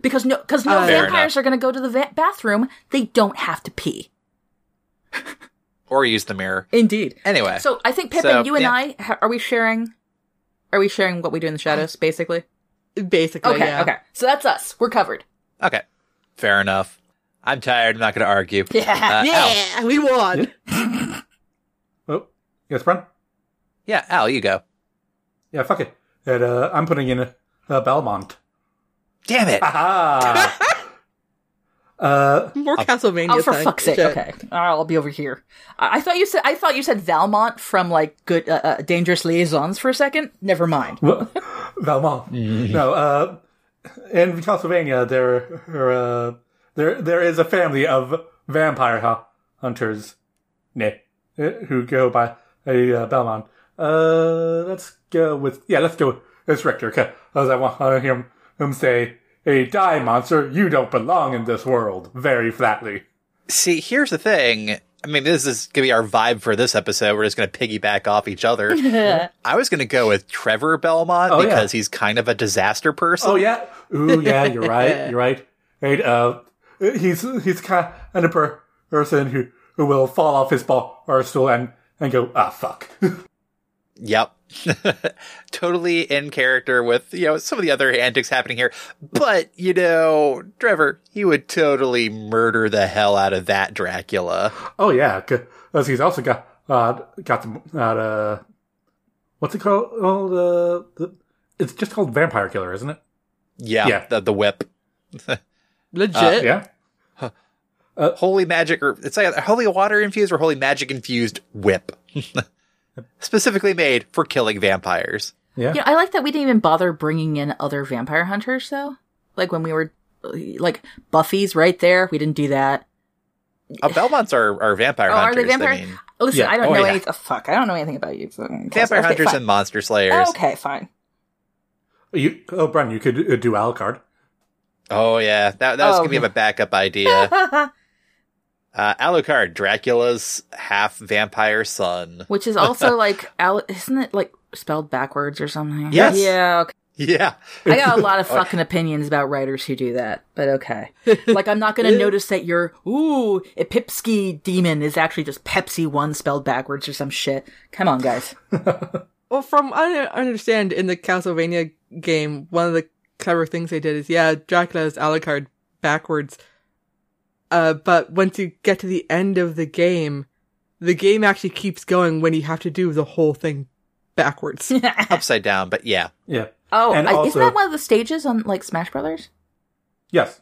S2: because no, because
S4: Uh,
S2: no
S1: Fair
S2: vampires are going to go to the va- bathroom. They don't have to pee.
S1: Or use the mirror.
S2: Indeed.
S1: Anyway.
S2: So I think Pippin,
S1: So,
S2: you and
S1: yeah.
S2: I ha- are we sharing? Are we sharing what we do in the shadows, basically?
S4: Basically,
S2: Okay,
S4: yeah.
S2: okay. So that's us. We're covered.
S1: Okay. Fair enough. I'm tired. I'm not going to argue.
S2: Yeah.
S1: Uh, Al.
S4: Yeah, we won.
S5: Oh, yes, Bren.
S1: Yeah, Al, you go.
S5: Yeah, fuck it. That uh, I'm putting in uh, Belmont.
S1: Damn it.
S5: Ah. Uh,
S4: More Castlevania.
S2: Oh, for
S4: type
S2: fuck's sake!
S4: shit.
S2: Okay, I'll be over here. I I thought you said I thought you said Valmont from like good uh, uh, dangerous liaisons for a second. Never mind.
S5: Well, Valmont. no, uh, in Castlevania, there, uh, there, there is a family of vampire hu- hunters, ne, eh, who go by a uh, Belmont. Uh, let's go with yeah, let's go with Richter, because I want to hear him, him say, "Hey, die monster, you don't belong in this world," very flatly.
S1: See, here's the thing. I mean, this is going to be our vibe for this episode. We're just going to piggyback off each other. I was going to go with Trevor Belmont
S5: Oh, yeah.
S1: because he's kind of a disaster person.
S5: Oh yeah. Ooh yeah. You're right. You're right. Right. Uh, he's he's kind of a per- person who, who will fall off his ball or stool and and go ah fuck.
S1: Yep. totally in character with, you know, some of the other antics happening here. But, you know, Trevor, he would totally murder the hell out of that Dracula.
S5: oh yeah. Because he's also got uh got the uh, uh what's it called? Oh, the, the it's just called vampire killer, isn't it?
S1: Yeah.
S5: Yeah.
S1: The, the whip.
S4: Legit.
S1: Uh,
S5: Yeah.
S1: Holy magic, or it's like a holy water infused or holy magic infused whip. Specifically made for killing vampires.
S2: You know, I like that we didn't even bother bringing in other vampire hunters though. Like when we were like Buffy's right there, we didn't do that.
S1: Uh, Belmonts are, are vampire
S2: Oh, are
S1: hunters.
S2: they vampire?
S1: I mean,
S2: Listen,
S5: Yeah.
S2: I don't
S1: Oh,
S2: know
S1: yeah.
S2: anything. fuck, I don't know anything about you. fucking cats.
S1: vampire
S2: Okay,
S1: hunters
S2: fine. Oh,
S1: and monster slayers.
S2: Okay, fine.
S5: You oh Brian, you could uh, do Alucard.
S1: Oh yeah, that, that was
S2: Oh,
S1: gonna be
S2: yeah.
S1: my backup idea. uh, Alucard, Dracula's half vampire son.
S2: Which is also like, Al- isn't it like spelled backwards or something?
S1: Yes. Oh.
S2: Yeah. Okay.
S1: Yeah,
S2: I got a lot of fucking opinions about writers who do that, but okay. Like, I'm not going to notice that your, ooh, Epipsky demon is actually just Pepsi 1 spelled backwards or some shit. Come on, guys.
S4: Well, from I don't understand in the Castlevania game, one of the clever things they did is yeah, Dracula is Alucard backwards. Uh, but once you get to the end of the game, the game actually keeps going when you have to do the whole thing backwards.
S1: upside down, but yeah.
S5: Yeah.
S2: Oh,
S5: And
S2: I,
S5: also-
S2: isn't that one of the stages on, like, Smash Brothers?
S5: Yes.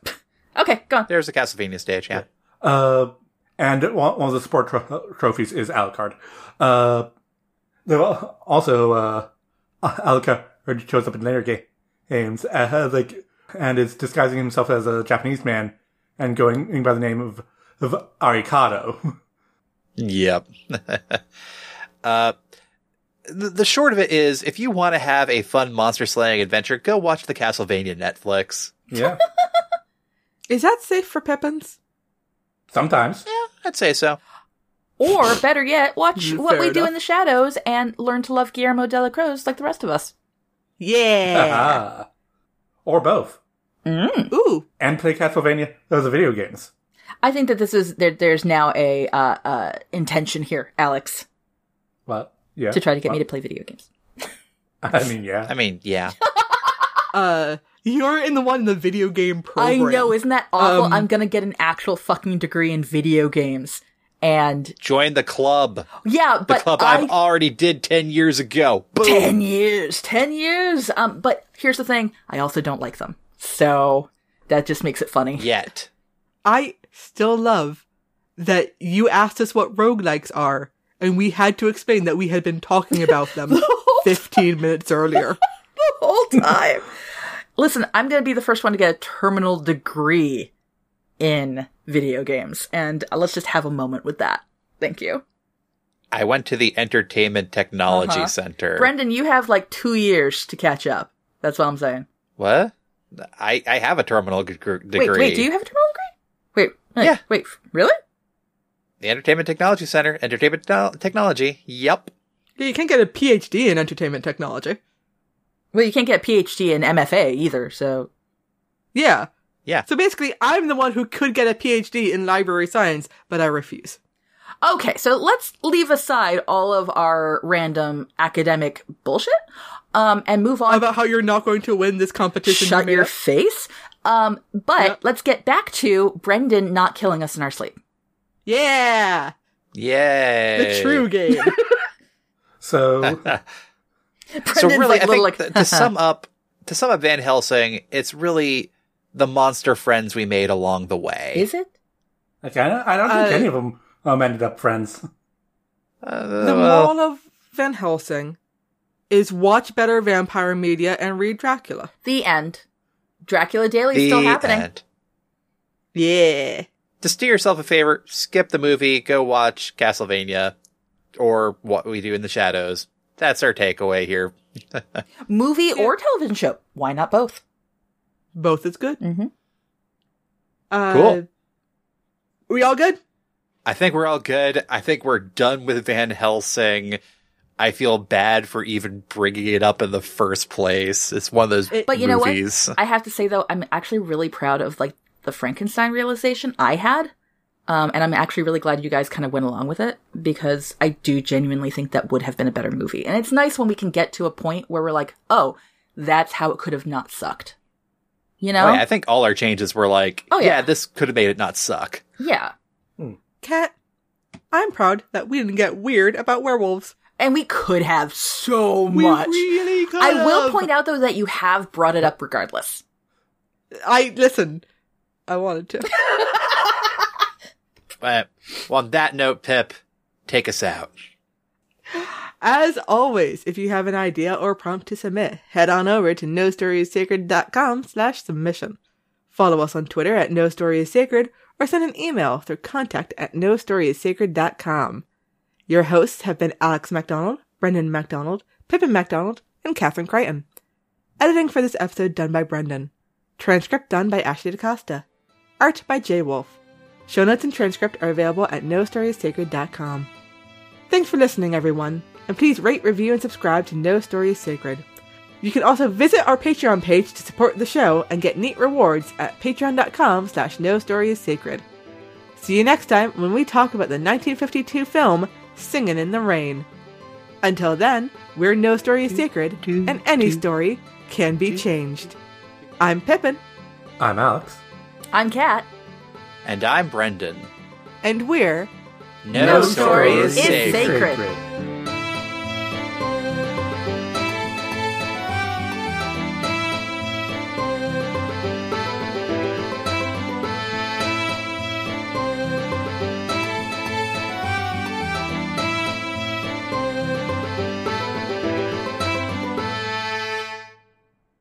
S2: Okay, go on.
S1: There's a Castlevania stage, yeah.
S5: Uh, and one, one of the sport tro- trophies is Alucard. Uh, there were also, uh, Alucard shows up in later ga- games, uh, like, and is disguising himself as a Japanese man and going by the name of, of Arikado.
S1: Yep. uh, the, the short of it is, if you want to have a fun monster slaying adventure, go watch the Castlevania Netflix.
S5: Yeah.
S4: is that safe for Pippins?
S5: Sometimes.
S1: Yeah, I'd say so.
S2: Or, better yet, watch
S4: Fair
S2: What We Do
S4: enough.
S2: in the Shadows and learn to love Guillermo de la Cruz like the rest of us.
S4: Yeah.
S5: Ah. or both.
S4: Ooh.
S5: And play Castlevania, those are video games.
S2: I think that this is, there, there's now a, uh, uh, intention here, Alex,
S5: What? Yeah.
S2: to try to get me to play video games.
S5: I mean, yeah.
S1: I mean, yeah.
S4: Uh, you're in the one in the video game program.
S2: I know, isn't that awful?
S4: Um,
S2: I'm gonna get an actual fucking degree in video games. And
S1: Join the club.
S2: yeah,
S1: The
S2: but
S1: club
S2: I
S1: I've already did 10 years ago. Boom.
S2: ten years, ten years. Um, but here's the thing: I also don't like them, so that just makes it funny.
S1: Yet.
S4: I still love that you asked us what roguelikes are, and we had to explain that we had been talking about them 15 minutes earlier.
S2: The whole time. Listen, I'm gonna be the first one to get a terminal degree in video games, and uh, let's just have a moment with that. Thank you,
S1: I went to the Entertainment Technology
S2: Uh-huh.
S1: Center.
S2: Brendan. You have like two years to catch up. That's what I'm saying.
S1: What? I, I have a terminal g- gr- degree.
S2: Wait, wait, do you have a terminal degree? Wait, wait,
S1: Yeah.
S2: wait, really?
S1: The Entertainment Technology Center, Entertainment Techno- Technology. Yep.
S4: Yeah, you can't get a PhD in entertainment technology.
S2: Well, you can't get a PhD in MFA either, so
S4: Yeah.
S1: Yeah.
S4: So basically, I'm the one who could get a PhD in library science, but I refuse.
S2: Okay, so let's leave aside all of our random academic bullshit, um, and move on.
S4: About how you're not going to win this competition.
S2: Shut
S4: you
S2: your
S4: made up.
S2: face. Um, but
S4: Yeah.
S2: let's get back to Brendan not killing us in our sleep.
S4: Yeah.
S1: Yay.
S4: The true game.
S5: So,
S2: Brendan's
S1: So really,
S2: like,
S1: I
S2: little
S1: think
S2: like
S1: th- to sum up, to sum up Van Helsing, it's really the monster friends we made along the way.
S2: Is it?
S5: Like, I don't, I don't think
S4: Uh,
S5: any of them um, ended up friends.
S1: Uh,
S4: The
S1: well,
S4: Mall of Van Helsing is watch better vampire media and read Dracula.
S2: The end. Dracula Daily is still
S1: the
S2: happening.
S1: end.
S4: Yeah.
S1: Just do yourself a favor, skip the movie, go watch Castlevania or What We Do in the Shadows. That's our takeaway here.
S2: Movie or television show. Why not both?
S4: Both is good.
S2: Mm-hmm.
S4: Uh,
S1: Cool.
S4: We all good?
S1: I think we're all good. I think we're done with Van Helsing. I feel bad for even bringing it up in the first place. It's one of those
S4: It-
S2: But you
S1: movies.
S2: know what? I have to say though, I'm actually really proud of like the Frankenstein realization I had. Um, and I'm actually really glad you guys kind of went along with it because I do genuinely think that would have been a better movie. And it's nice when we can get to a point where we're like, oh, that's how it could have not sucked. You know?
S1: Oh, yeah, I think all our changes were like,
S2: Oh,
S1: oh,
S2: yeah.
S1: yeah. this could have made it not suck.
S2: yeah.
S4: Cat, I'm proud that we didn't get weird about werewolves.
S2: And we could have so
S4: We
S2: much.
S4: really could.
S2: I will point out though that you have brought it up regardless.
S4: I listen. I wanted to.
S1: But well, on that note, Pip, take us out.
S4: As always, if you have an idea or prompt to submit, head on over to nostoriesacred.com slash submission. Follow us on Twitter at nostoriesacred or send an email through contact at nostoriesacred.com. Your hosts have been Alex MacDonald, Brendan MacDonald, Pippin MacDonald, and Catherine Crichton. Editing for this episode done by Brendan. Transcript done by Ashley DaCosta. Art by Jay Wolf. Show notes and transcript are available at nostoriesacred.com. Thanks for listening, everyone, and please rate, review, and subscribe to No Story is Sacred. You can also visit our Patreon page to support the show and get neat rewards at patreon.com slash no story is sacred. See you next time when we talk about the 1952 film Singin' in the Rain. Until then, we're No Story is Sacred, and any story can be changed. I'm Pippin,
S5: I'm Alex.
S2: I'm Kat.
S1: And I'm Brendan.
S4: and we're
S1: No,
S2: story is
S1: sacred.
S2: sacred.
S5: sacred.